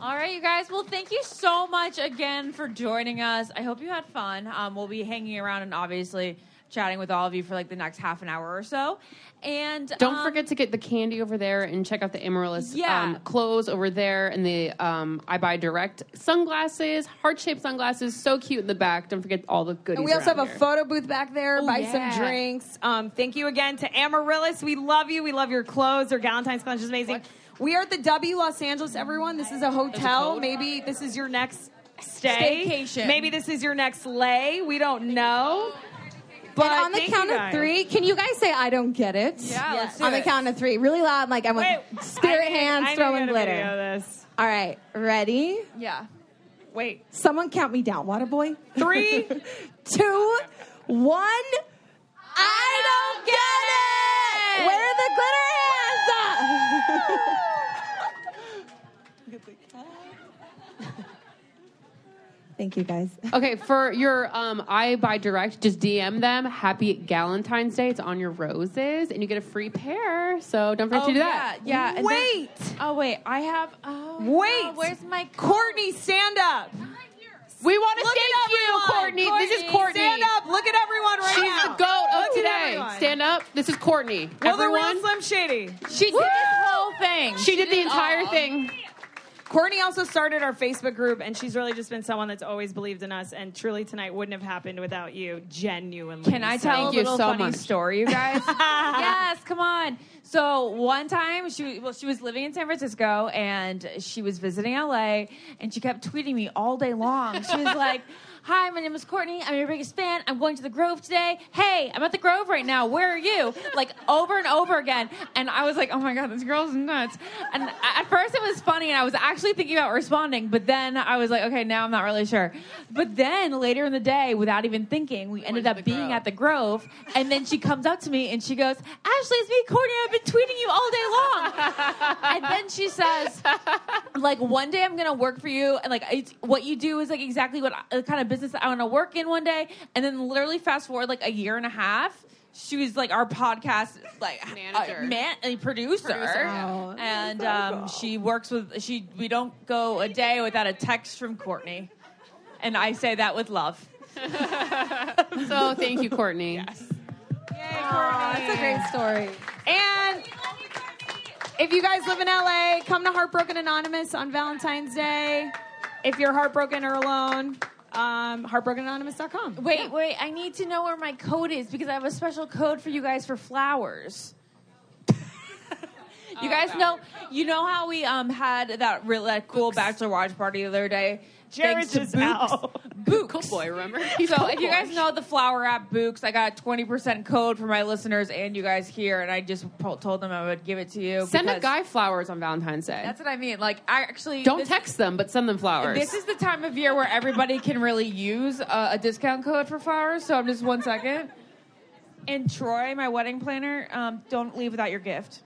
E: All right, you guys. Well, thank you so much again for joining us. I hope you had fun. Um, we'll be hanging around and obviously chatting with all of you for like the next half an hour or so. And
D: Don't
E: um,
D: forget to get the candy over there and check out the Amaryllis
E: Yeah.
D: um, clothes over there and the um, I Buy Direct sunglasses, heart shaped sunglasses, so cute in the back. Don't forget all the goodies.
F: And we also have
D: around
F: a
D: here.
F: photo booth back there.
D: Oh,
F: buy some
D: yeah.
F: drinks. Um, thank you again to Amaryllis. We love you. We love your clothes. Your Galentine's collection is amazing. We are at the W Los Angeles, everyone. This is a hotel. Maybe this is your next stay.
E: Staycation.
F: Maybe this is your next lay. We don't know. But
L: and on the
F: thank you
L: count of
F: guys.
L: three, can you guys say I don't get it?
F: Yeah, let's do
L: on
F: it.
L: the count of three, really loud, like I want spirit
F: I need-
L: hands
F: I need to
L: throwing
F: get a
L: glitter.
F: video of this.
L: All right, ready?
E: Yeah.
F: Wait.
L: Someone count me down, Water boy.
F: Three,
L: two, one. I don't get it. Where are the glitter hands? Thank you guys.
D: Okay, for your um, I Buy Direct, just DM them Happy Galentine's Day. It's on your roses, and you get a free pair. So don't forget
E: Oh,
D: to do that.
E: Yeah. yeah. And there's- Oh wait, I have. Oh, no,
D: Wait.
E: where's my
F: Courtney? Stand up.
D: We want to
E: Look
D: stand
E: at
D: up for you,
E: you,
D: Courtney. This is Courtney.
E: Courtney. Stand up.
F: Look at everyone right
D: She's
F: now.
D: the goat of
F: Look at
D: today.
F: everyone.
D: Stand up. This is Courtney.
F: Will the
D: everyone.
F: real Slim Shady?
E: She did this whole thing.
D: She did the entire thing.
F: Courtney also started our Facebook group, and she's really just been someone that's always believed in us. And truly, tonight wouldn't have happened without you, genuinely.
E: Can I tell a little funny story, you guys? yes, come on. So one time she well she was living in San Francisco and she was visiting LA and she kept tweeting me all day long. She was like, "Hi, my name is Courtney. I'm your biggest fan. I'm going to the Grove today. Hey, I'm at the Grove right now. Where are you?" Like over and over again. And I was like, "Oh my god, this girl's nuts." And at first it was funny and I was actually thinking about responding, but then I was like, "Okay, now I'm not really sure." But then later in the day, without even thinking, we ended up being at the Grove, and then she comes up to me and she goes, "Ashley, it's me, Courtney. I've been tweeting you all day long." and then she says, "Like one day I'm gonna work for you, and like it's, what you do is like exactly what I- the kind of business that I want to work in one day." And then literally fast forward like a year and a half. She was like our podcast like manager, man, a producer,
F: Producer, yeah.
E: and um, she works with she. We don't go a day without a text from Courtney, and I say that with love.
D: So thank you, Courtney.
F: That's
L: a great story.
F: And if you guys live in LA, come to Heartbroken Anonymous on Valentine's Day. If you're heartbroken or alone, um, heartbrokenanonymous.com.
E: Wait, wait, I need to know where my code is because I have a special code for you guys for flowers. you guys know you know how we um had that real that cool bachelor watch party the other day?
F: Jared
E: Thanks to
F: just
E: Books. Books.
D: boy, remember?
E: So if you guys know the flower app Books, I got a 20% code for my listeners and you guys here and I just po- told them I would give it to you.
D: Send a
E: because-
D: guy flowers on Valentine's Day.
E: That's what I mean. Like I actually
D: Don't
E: this-
D: text them, but send them flowers.
E: This is the time of year where everybody can really use a, a discount code for flowers. So I'm just one second. And Troy, my wedding planner, um, don't leave without your gift.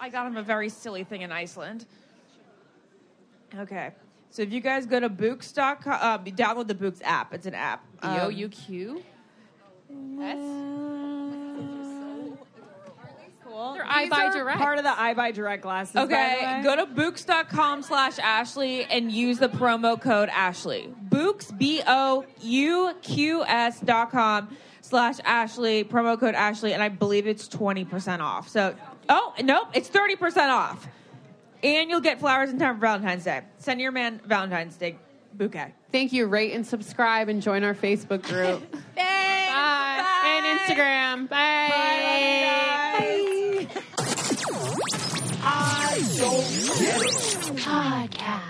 E: I got him a very silly thing in Iceland. Okay. So if you guys go to Books.com, uh, you download the Books app. It's an app. Um,
D: B O U Q.
E: Cool.
D: They're I
E: These
D: Buy
E: are
D: Direct.
E: Part of the
F: I buy direct glasses. by
E: Okay,
F: the way.
E: go to Books.com slash Ashley and use the promo code Ashley. Books, B O U Q S dot com slash Ashley, promo code Ashley, and I believe it's 20% off. So, oh, nope, it's 30% off. And you'll get flowers in time for Valentine's Day. Send your man Valentine's Day bouquet.
D: Thank you. Rate and subscribe and join our Facebook group. Bye. And Instagram. Bye.
K: I don't get it. Podcast.